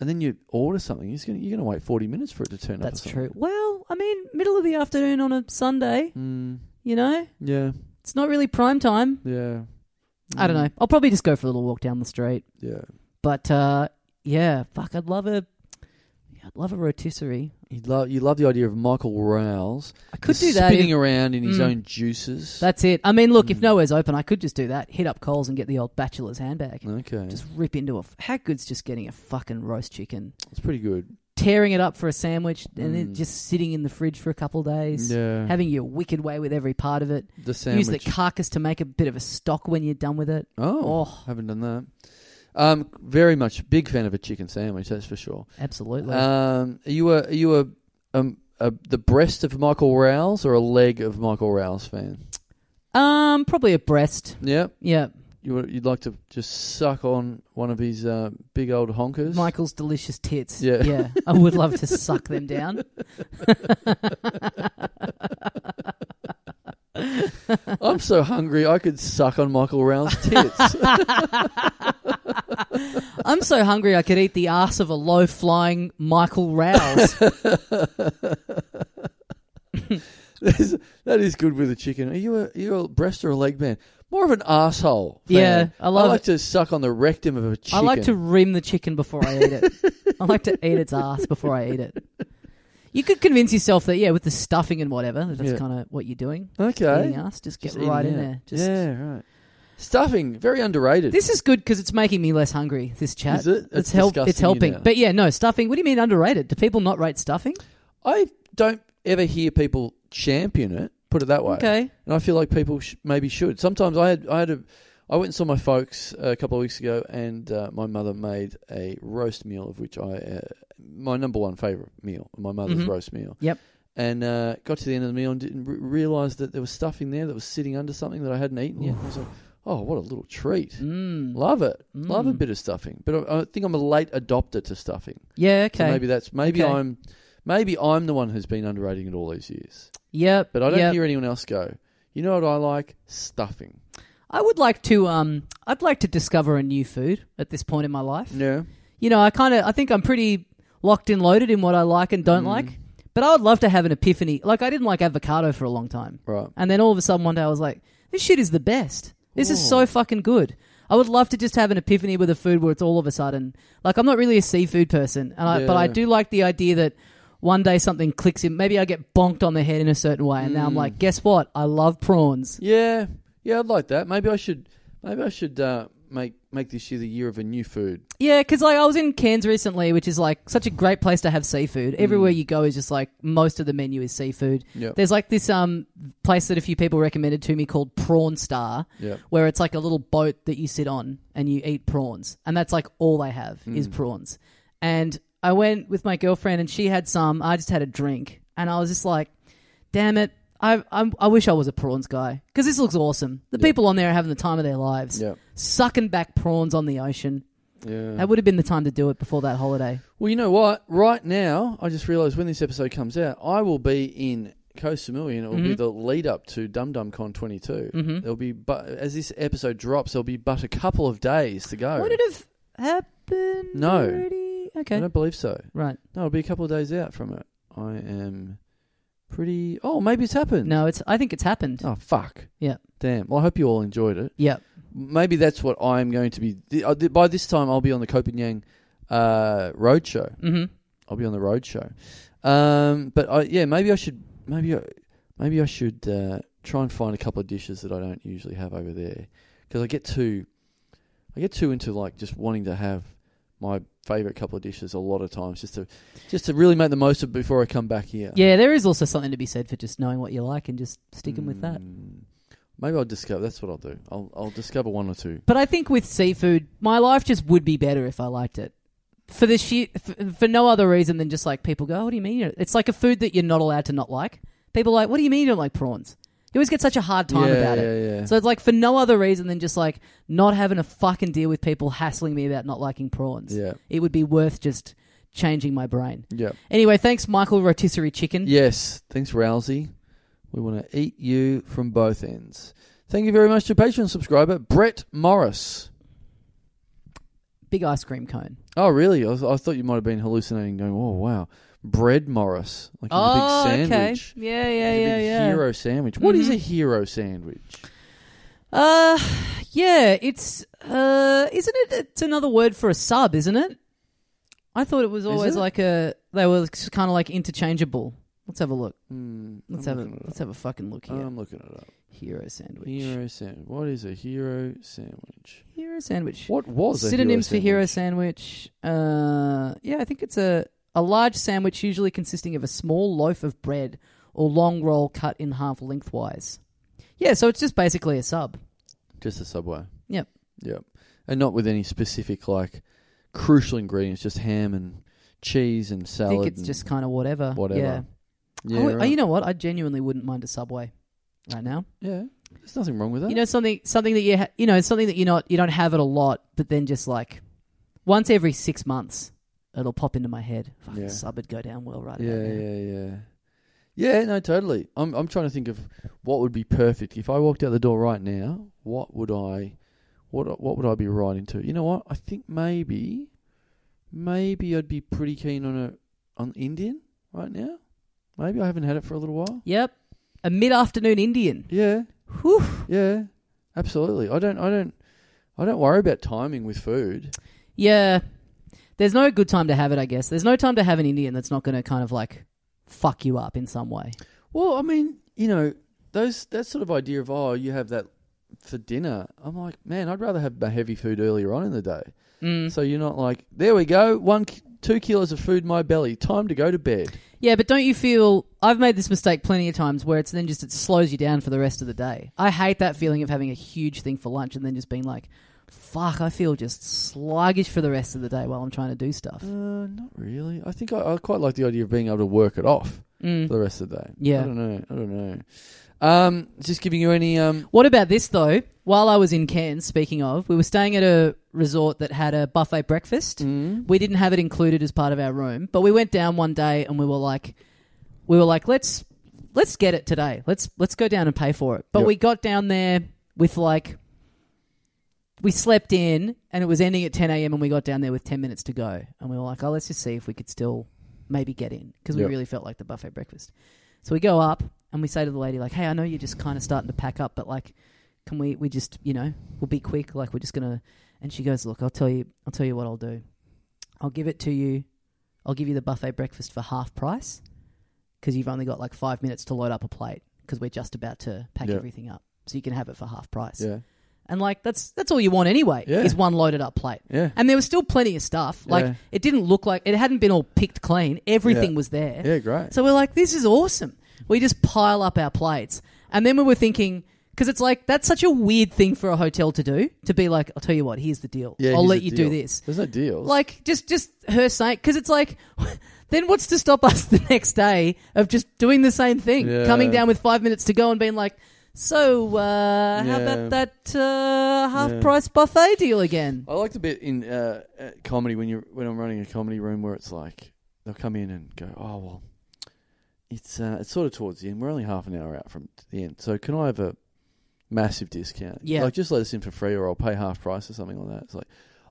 and then you order something, you're going you're going to wait forty minutes for it to turn up. That's true. Well, I mean, middle of the afternoon on a Sunday. Mm, You know, yeah, it's not really prime time. yeah. I Mm. don't know. I'll probably just go for a little walk down the street. Yeah, But uh, yeah, fuck, I'd love a, I'd love a rotisserie. you love you love the idea of Michael Rouse. I could just do that. if- Spinning around in his Mm. own juices. That's it. I mean, look, if Mm. nowhere's open, I could just do that. Hit up Coles and get the old bachelor's handbag. okay. Just rip into a. f- How good's just getting a fucking roast chicken, it's pretty good. tearing it up for a sandwich, and then Mm. just sitting in the fridge for a couple days, Yeah, having your wicked way with every part of it. the Use sandwich. the carcass to make a bit of a stock when you're done with it. oh, Oh, haven't done that. Um, very much big fan of a chicken sandwich. That's for sure. absolutely. Um, are you a are you a, um, a the breast of Michael Rouse or a leg of Michael Rouse fan? um, probably a breast. Yeah, Yeah, you would- you'd like to just suck on one of his uh, big old honkers. Michael's delicious tits. Yeah. yeah. I would love to suck them down. I'm so hungry I could suck on Michael Rouse tits. I'm so hungry I could eat the ass of a low flying Michael Rouse. that, is, that is good with a chicken. Are you a are you a breast or a leg man? More of an asshole. Yeah, I love like it. to suck on the rectum of a chicken. I like to rim the chicken before I eat it. I like to eat its ass before I eat it. You could convince yourself that yeah, with the stuffing and whatever, that that's Yeah. kind of what you're doing. okay. Eating ass, just get Just right in eating out. there. Just yeah, right. Stuffing very underrated. This is good because it's making me less hungry. This chat, Is it? That's it's help, disgusting it's you helping. now. But yeah, no stuffing. What do you mean underrated? Do people not rate stuffing? I don't ever hear people champion it. Put it that way. Okay, and I feel like people sh- maybe should. Sometimes I had I had a I went and saw my folks uh, a couple of weeks ago, and uh, my mother made a roast meal of which I uh, my number one favorite meal, my mother's Mhm. roast meal. Yep. And uh, got to the end of the meal and didn't re- realize that there was stuffing there that was sitting under something that I hadn't eaten yet. I was like, oh, what a little treat! mm. Love it, love a Mm. bit of stuffing. But I, I think I'm a late adopter to stuffing. yeah, okay, So maybe that's maybe Okay. I'm maybe I'm the one who's been underrating it all these years. yep. But I don't yep. hear anyone else go. You know what I like? Stuffing. I would like to. Um, I'd like to discover a new food at this point in my life. Yeah. You know, I kind of. I think I'm pretty locked and loaded in what I like and Mm. don't like. But I would love to have an epiphany. Like I didn't like avocado for a long time, Right. and then all of a sudden one day I was like, "This shit is the best. This is so fucking good." I would love to just have an epiphany with a food where it's all of a sudden like I'm not really a seafood person, and I, but I Yeah. do like the idea that one day something clicks in. Maybe I get bonked on the head in a certain way, and now I'm like, "Guess what? I love prawns." Mm. Yeah. Yeah, I'd like that. Maybe I should maybe I should uh, make make this year the year of a new food. Yeah, because like I was in Cairns recently, which is like such a great place to have seafood. Mm. Everywhere you go is just like most of the menu is seafood. Yep. There's like this um place that a few people recommended to me called Prawn Star, Yep. where it's like a little boat that you sit on and you eat prawns, and that's like all they have Hmm. is prawns. And I went with my girlfriend, and she had some. I just had a drink, and I was just like, "Damn it." I, I, I wish I was a prawns guy because this looks awesome. The people on there are having the time of their lives, Yep. sucking back prawns on the ocean. Yeah. That would have been the time to do it before that holiday. Well, you know what? Right now, I just realized when this episode comes out, I will be in Koh Samui and it will Mm-hmm. be the lead up to Dum Dum Con 22. There'll be but as this episode drops, there'll be but a couple of days to go. Would it have happened? No. already? I Okay. don't believe so. Right. No, it'll be a couple of days out from it. I am pretty Oh, maybe it's happened. No, it's. I think it's happened. Oh fuck. Yeah. Damn. Well, I hope you all enjoyed it. Yep. maybe that's what I'm going to be. th- uh, th- By this time, I'll be on the Copenhagen uh, road show. Mm-hmm. I'll be on the road show. Um, but I, yeah, maybe I should. Maybe I, maybe I should uh, try and find a couple of dishes that I don't usually have over there because I get too, I get too into like just wanting to have my favorite couple of dishes a lot of times just to just to really make the most of it before I come back here. Yeah, there is also something to be said for just knowing what you like and just sticking with that. Mm. Maybe I'll discover. That's what I'll do. I'll I'll discover one or two. But I think with seafood, my life just would be better if I liked it. For the shit, for, for no other reason than just like people go, "Oh, what do you mean? you don't-" It's like a food that you're not allowed to not like. People are like, what do you mean you don't like prawns? You always get such a hard time Yeah, about yeah, it. yeah. So it's like for no other reason than just like not having a fucking deal with people hassling me about not liking prawns. Yeah. It would be worth just changing my brain. Yeah. Anyway, thanks, Michael Rotisserie Chicken. Yes. Thanks, Rousey. We want to eat you from both ends. Thank you very much to Patreon subscriber Brett Morris. Big ice cream cone. Oh, really? I, was, I thought you might have been hallucinating, going, "Oh, wow, Bread Morris, like he's oh, a big okay. sandwich." Yeah, yeah, He's a yeah, big yeah. Hero sandwich. What is Mhm. a hero sandwich? Uh, yeah, it's uh, isn't it? It's another word for a sub, isn't it? I thought it was always it? like a they were kind of like interchangeable. Let's have a look. Hmm, Let's I'm have a looking it let's have a fucking look up. here. I'm looking it up. hero sandwich. Hero, Um, Hero sandwich. What is a hero sandwich? sandwich. What was a Synonyms for hero hero sandwich? sandwich. Uh, yeah, I think it's a a large sandwich usually consisting of a small loaf of bread or long roll cut in half lengthwise. Yeah, so it's just basically a sub. Just a Subway. Yep. Yep. And not with any specific like crucial ingredients, just ham and cheese and I salad. think it's and just kind of whatever. whatever. Yeah. Yeah, I would- right. You know what? I genuinely wouldn't mind a subway right now. yeah. There's nothing wrong with that. You know something something that you ha- you know something that you are not you don't have it a lot, but then just like once every six months, it'll pop into my head. Fucking Yeah. sub would go down well right yeah, about now. yeah, yeah. Yeah, no, totally. I'm I'm trying to think of what would be perfect if I walked out the door right now. What would I, what what would I be right into? You know what? I think maybe, maybe I'd be pretty keen on a on Indian right now. Maybe I haven't had it for a little while. Yep, a mid-afternoon Indian. Yeah. Whew. Yeah, absolutely. I don't, I don't, I don't worry about timing with food. Yeah, there's no good time to have it. I guess there's no time to have an Indian that's not going to kind of like fuck you up in some way. Well, I mean, you know, those that sort of idea of oh, you have that for dinner. I'm like, man, I'd rather have my heavy food earlier on in the day. Mm. So you're not like, there we go, one, ki- two kilos of food in my belly. Time to go to bed. Yeah, but don't you feel I've made this mistake plenty of times where it's then just it slows you down for the rest of the day. I hate that feeling of having a huge thing for lunch and then just being like, fuck, I feel just sluggish for the rest of the day while I'm trying to do stuff. Uh, not really. I think I, I quite like the idea of being able to work it off Mm. for the rest of the day. Yeah. I don't know. I don't know. Um, just giving you any um. What about this though? While I was in Cairns, speaking of, we were staying at a resort that had a buffet breakfast. Mm, We didn't have it included as part of our room, but we went down one day and we were like, we were like, let's let's get it today. Let's let's go down and pay for it. But Yep. we got down there with like, we slept in and it was ending at ten a.m. and we got down there with ten minutes to go and we were like, oh, let's just see if we could still maybe get in because we Yep. really felt like the buffet breakfast. So we go up and we say to the lady like, hey, I know you're just kind of starting to pack up, but like, can we we just you know we'll be quick like we're just gonna. And she goes, look, I'll tell you, I'll tell you what I'll do. I'll give it to you. I'll give you the buffet breakfast for half price because you've only got like five minutes to load up a plate because we're just about to pack Yeah. everything up. So you can have it for half price. yeah. And like that's that's all you want anyway Yeah. is one loaded up plate. Yeah. And there was still plenty of stuff. Like Yeah. it didn't look like it hadn't been all picked clean. Everything Yeah. was there. Yeah. Great. So we're like, this is awesome. We just pile up our plates. And then we were thinking, because it's like, that's such a weird thing for a hotel to do, to be like, I'll tell you what, here's the deal. Yeah, I'll here's let the you do deal. this. There's no deals. Like, just, just her saying, because it's like, then what's to stop us the next day of just doing the same thing? Yeah. Coming down with five minutes to go and being like, so, uh, how Yeah. about that uh, half Yeah. price buffet deal again? I like the bit in uh, uh, comedy when you when I'm running a comedy room where it's like they'll come in and go, oh well, it's uh, it's sort of towards the end. We're only half an hour out from the end, so can I have a massive discount? Yeah. like just let us in for free, or I'll pay half price or something like that. It's like,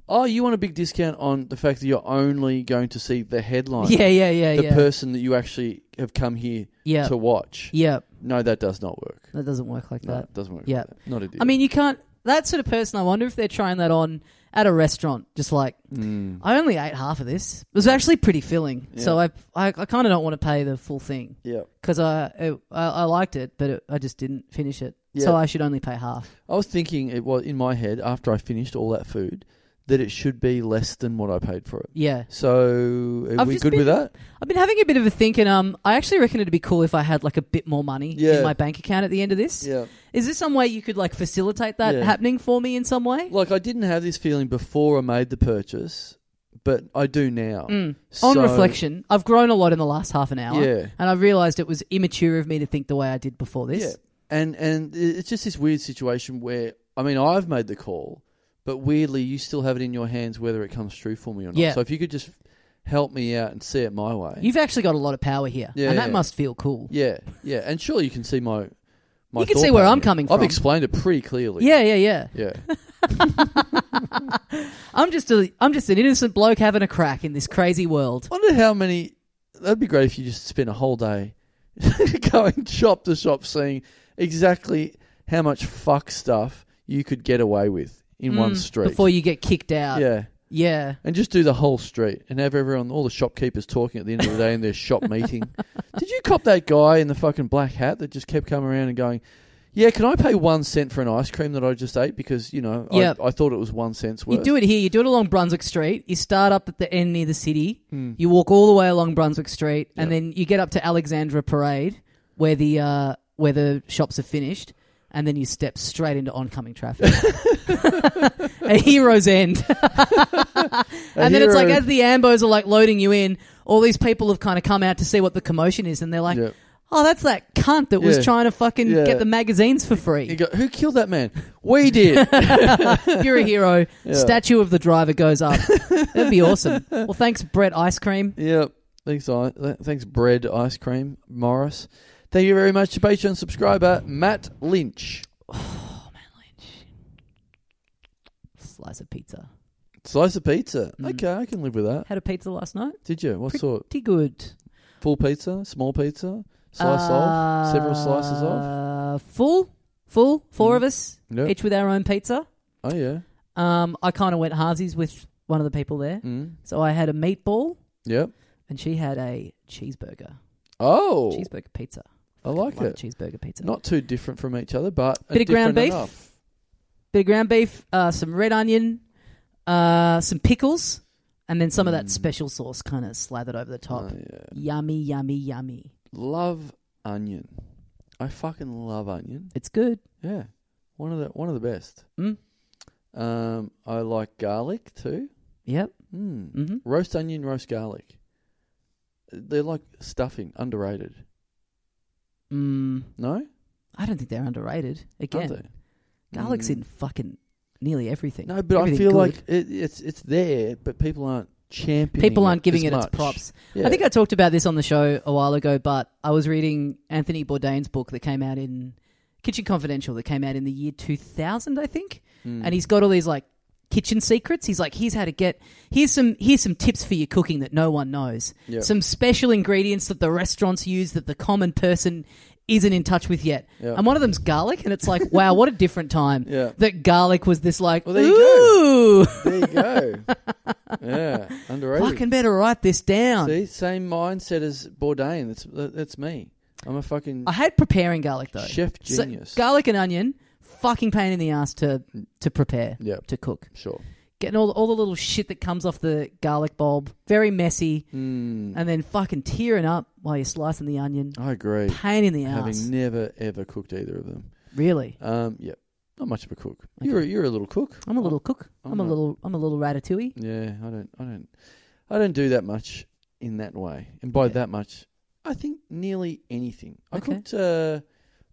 oh, you want a big discount on the fact that you're only going to see the headline, Yeah, yeah, yeah, Oh, the yeah. person that you actually have come here yeah. to watch. yeah. No, that does not work. That doesn't work like No, that. it doesn't work. yeah. like that. not a deal. I mean, you can't. That sort of person, I wonder if they're trying that on at a restaurant. Just like, Mm. I only ate half of this. It was actually pretty filling. So I, Yeah. I, I kind of don't want to pay the full thing yeah. because I, it- I, I liked it, but it, I just didn't finish it. Yeah. So I should only pay half. I was thinking it was in my head after I finished all that food that it should be less than what I paid for it. Yeah. So are I've we just good been- with that? I've been having a bit of a think, and um, I actually reckon it'd be cool if I had like a bit more money Yeah. in my bank account at the end of this. Yeah. Is there some way you could like facilitate that Yeah. happening for me in some way? Like I didn't have this feeling before I made the purchase, but I do now. Mm. On So- reflection, I've grown a lot in the last half an hour, Yeah. and I realised it was immature of me to think the way I did before this. Yeah. And and i- it's just this weird situation where I mean I've made the call, but weirdly you still have it in your hands whether it comes true for me or not. Yeah. So if you could just help me out and see it my way. You've actually got a lot of power here, Yeah, and that yeah. must feel cool. yeah, yeah, and sure you can see my. my You can thought see where I'm pattern. coming from. I've explained it pretty clearly. Yeah, yeah, yeah. Yeah. I'm just a, I'm just an innocent bloke having a crack in this crazy world. wonder how many. That'd be great if you just spent a whole day going shop to shop, seeing exactly how much fuck stuff you could get away with in one Mm, street. before you get kicked out. yeah, yeah. and just do the whole street and have everyone, all the shopkeepers talking at the end of the day in their shop meeting. Did you cop that guy in the fucking black hat that just kept coming around and going? Yeah, can I pay one cent for an ice cream that I just ate because you know Yep. I, I thought it was one cent's worth. You do it here. You do it along Brunswick Street. You start up at the end near the city. Hmm. You walk all the way along Brunswick Street, and then you get up to Alexandra Parade, where the uh, where the shops are finished, and then you step straight into oncoming traffic. a hero's end. and then it's like hero- as the ambos are like loading you in, all these people have kind of come out to see what the commotion is, and they're like. Yep. Oh, that's that cunt that Yeah. was trying to fucking Yeah. get the magazines for You free. go, who killed that man? We did. You're a hero. Yeah. Statue of the driver goes up. That'd be awesome. Well, thanks, Brett Ice Cream. Yep. Thanks, I- th- thanks, bread ice cream, Morris. Thank you very much to Patreon subscriber Matt Lynch. Slice of pizza. Slice of pizza. Mm. Okay, I can live with that. Had a pizza last night. Did you? What Pretty sort? good. Full pizza, small pizza, slice Uh, of, several slices of. of. Mm. Uh, Full, full. Four of us, Yep. each with our own pizza. Oh yeah. Um, I kind of went halvesies with one of the people there, Mm. so I had a meatball Yep. and she had a cheeseburger. Oh, Cheeseburger pizza. I like Love it. Cheeseburger pizza. Not too different from each other, but Bit of ground different beef. enough. Bit of ground beef, uh, some red onion, uh, some pickles, and then some of Mm. that special sauce kind of slathered over the top. Oh, yeah. Yummy, yummy, yummy. Love onion. I fucking love onion. It's good. Yeah, one of the one of the best. Mm. Um, I like garlic too. Yep. Mm. hmm Roast onion, roast garlic. They're like stuffing, underrated. Mm, No, I don't think they're underrated. aren't Again, they? garlic's Mm. in fucking nearly everything. No, but I Everything feel good. like it, it's it's there, but people aren't championing. people aren't giving as it its much. props. Yeah. I think I talked about this on the show a while ago, but I was reading Anthony Bourdain's book that came out in Kitchen Confidential that came out in the year 2000, I think. Mm. And he's got all these like kitchen secrets. He's like, here's how to get here's some here's some tips for your cooking that no one knows. Yep. Some special ingredients that the restaurants use that the common person isn't in touch with yet. Yeah. And one of them's garlic, and it's like, wow, what a different time. Yeah. That garlic was this like, Well, there you ooh, there you go. yeah, underrated. fucking better write this down. See, same mindset as Bourdain. That's that- that's me. I'm a fucking I hate preparing garlic though. chef So, genius. garlic and onion, fucking pain in the ass to to prepare, Yep. to cook. sure. Getting all all the little shit that comes off the garlic bulb, very messy, Mm, and then fucking tearing up while you're slicing the onion. I agree. Pain in the ass. Having never ever cooked either of them. really, Um, yeah, not much of a cook. Okay. You're a, you're a little cook. I'm a little cook. I'm I'm, a not- little I'm a little ratatouille. Yeah, I don't, I don't, I don't do that much in that way. And by Okay. that much, I think nearly anything. I Okay. cooked, uh,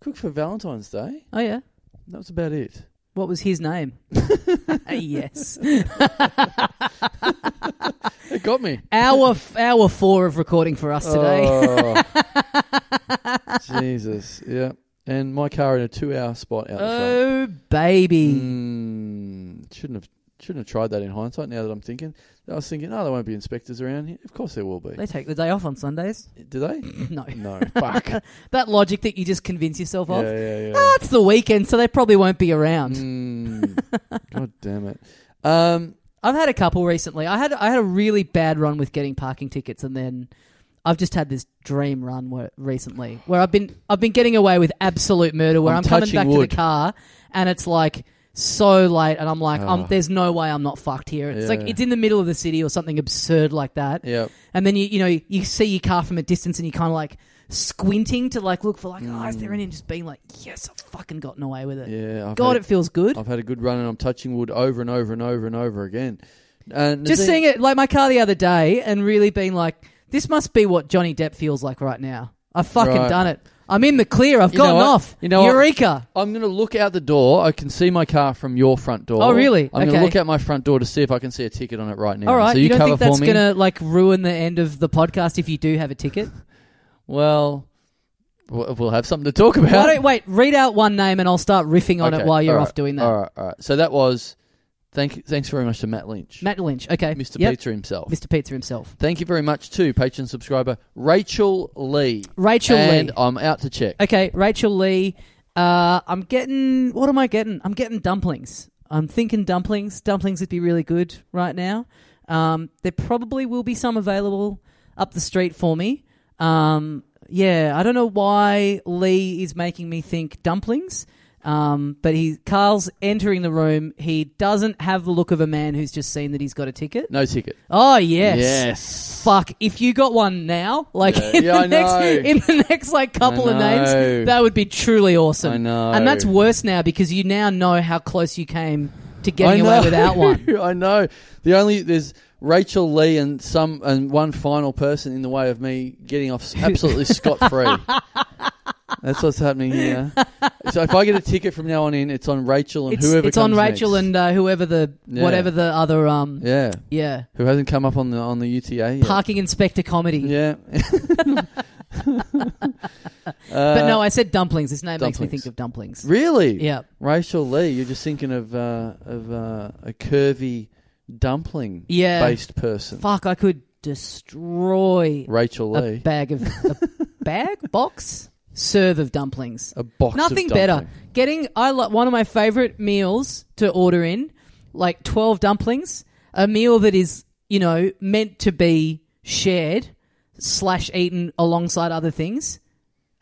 cooked for Valentine's Day. Oh yeah. That was about it. What was his name? yes. It got me hour f- hour four of recording for us today. Oh, Jesus, yeah. And my car in a two-hour spot out the front. Oh baby. Mm, shouldn't have, shouldn't have tried that in hindsight. Now that I'm thinking, I was thinking, oh, there won't be inspectors around here. Of course, there will be. They take the day off on Sundays. Do they? No. No, fuck. yeah, that logic that you just convince yourself of. yeah, yeah. That's the weekend, so they probably won't be around. Mm. God damn it. Um, I've had a couple recently. I had I had a really bad run with getting parking tickets, and then I've just had this dream run where, recently where I've been I've been getting away with absolute murder. Where I'm I'm, coming touching back wood. to the car, and it's like so late, and I'm like, um, Oh. there's no way I'm not fucked here. It's like Yeah. it's in the middle of the city or something absurd like that. Yep. And then you you know you see your car from a distance, and you kind of like squinting to like look for like oh is there any and just being like yes I've fucking gotten away with it. Yeah, I've God, had, it feels good. I've had a good run, and I'm touching wood over and over and over and over again. And just seeing it like my car the other day and really being like, this must be what Johnny Depp feels like right now. I've fucking Right. done it. I'm in the clear. I've You know gotten what? off. You know what? Eureka. I'm going to look out the door. I can see my car from your front door. Oh, really? I'm going Okay. to look out my front door to see if I can see a ticket on it right now. All right. So you, you, don't cover think that's for me. going to like ruin the end of the podcast if you do have a ticket? Well, w- we'll have something to talk about. Why don't, wait, read out one name and I'll start riffing on it Okay, while you're all off right, doing that. All right, all right. So that was thank. Thanks very much to Matt Lynch, Matt Lynch. Okay. Mr. Yep. Pizza himself. Mr. Pizza himself. Thank you very much to patron subscriber Rachel Lee. Rachel and Lee. I'm out to check. Okay, Rachel Lee. Uh, I'm getting. What am I getting? I'm getting dumplings. I'm thinking dumplings. Dumplings would be really good right now. Um, there probably will be some available up the street for me. Um, yeah, I don't know why Lee is making me think dumplings. Um, but he Carl's entering the room. He doesn't have the look of a man who's just seen that he's got a ticket. No ticket. Oh yes, Yes. fuck if you got one now like Yeah. in, Yeah, the I next, know. in the next like couple of know. names that would be truly awesome I know. and that's worse now because you now know how close you came to getting I away know. without one I know. The only there's Rachel Lee and some and one final person in the way of me getting off s- absolutely scot free. That's what's happening here. So if I get a ticket from now on in, it's on Rachel and it's, whoever. it's on comes rachel next. and uh, whoever the Yeah. whatever the other um yeah, yeah, who hasn't come up on the on the UTA yet. parking inspector comedy Yeah. but no i said dumplings this name makes me dumplings. think of dumplings Really? yeah Rachel Lee, you're just thinking of uh, of uh, a curvy dumpling Yeah. based person. fuck i could destroy Rachel a Lee. bag of a bag box serve of dumplings A box Nothing of better. dumpling. Getting I like one of my favorite meals to order in, like twelve dumplings, a meal that is you know meant to be shared slash eaten alongside other things,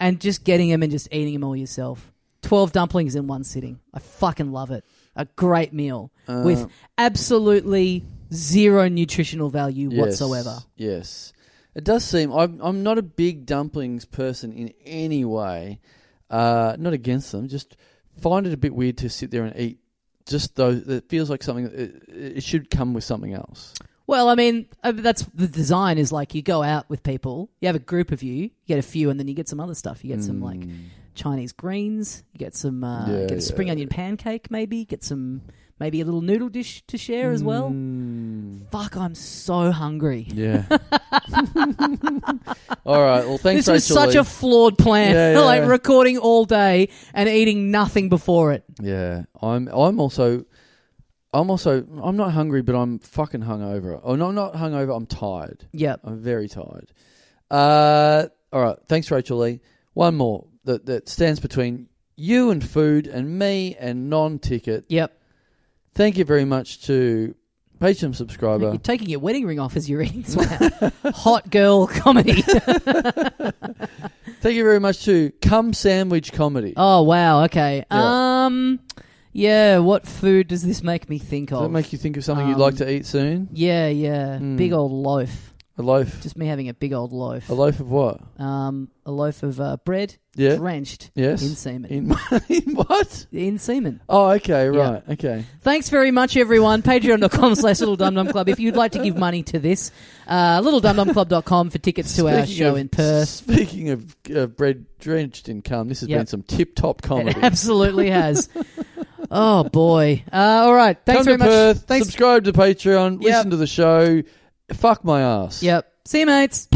and just getting them and just eating them all yourself. Twelve dumplings in one sitting. I fucking love it. A great meal Uh, with absolutely zero nutritional value Yes, whatsoever. Yes. It does seem I'm I'm not a big dumplings person in any way. Uh, not against them, just find it a bit weird to sit there and eat just those it feels like something it, it should come with something else. Well, I mean, uh, that's the design is like you go out with people, you have a group of you, you get a few, and then you get some other stuff. You get some like Mm. Chinese greens, you get some uh, Hmm. Yeah, get a spring yeah. onion pancake, maybe get some maybe a little noodle dish to share as well. Mm. Fuck, I'm so hungry. Yeah. All right. Well, thanks this was Rachel such Lee. a flawed plan. Yeah, yeah, like yeah. recording all day and eating nothing before it. Yeah, I'm. I'm also. I'm also. I'm not hungry, but I'm fucking hungover. Oh no, I'm not hungover. I'm tired. Yep. I'm very tired. Uh, all right. Thanks, Rachel Lee. One more that that stands between you and food, and me and non-ticket. Yep. Thank you very much to Patreon You're subscriber. taking your wedding ring off as you're eating. this wow. Hot girl comedy. Thank you very much to Cum Sandwich Comedy. Oh wow, okay. Yeah. Um yeah, what food does this make me think Does of? that make you think of something you'd um, like to eat soon? yeah, yeah. Hmm. Big old loaf. A loaf. Just me having a big old loaf. A loaf of what? um a loaf of uh, bread Yeah. drenched Yes. in semen. In, in what? In semen. Oh, okay, right, okay. Thanks very much, everyone. Patreon.com slash Little Dum Dum Club. If you'd like to give money to this, uh, littledumdumclub.com for tickets to our Speaking show of- in Perth. Speaking of uh, bread drenched in cum, this has Yep. been some tip top comedy. It absolutely has. oh, boy. Uh, all right. Thanks Come very to much. Perth, Thanks. subscribe to Patreon, Yep. listen to the show. Fuck my ass. Yep. See you, mates.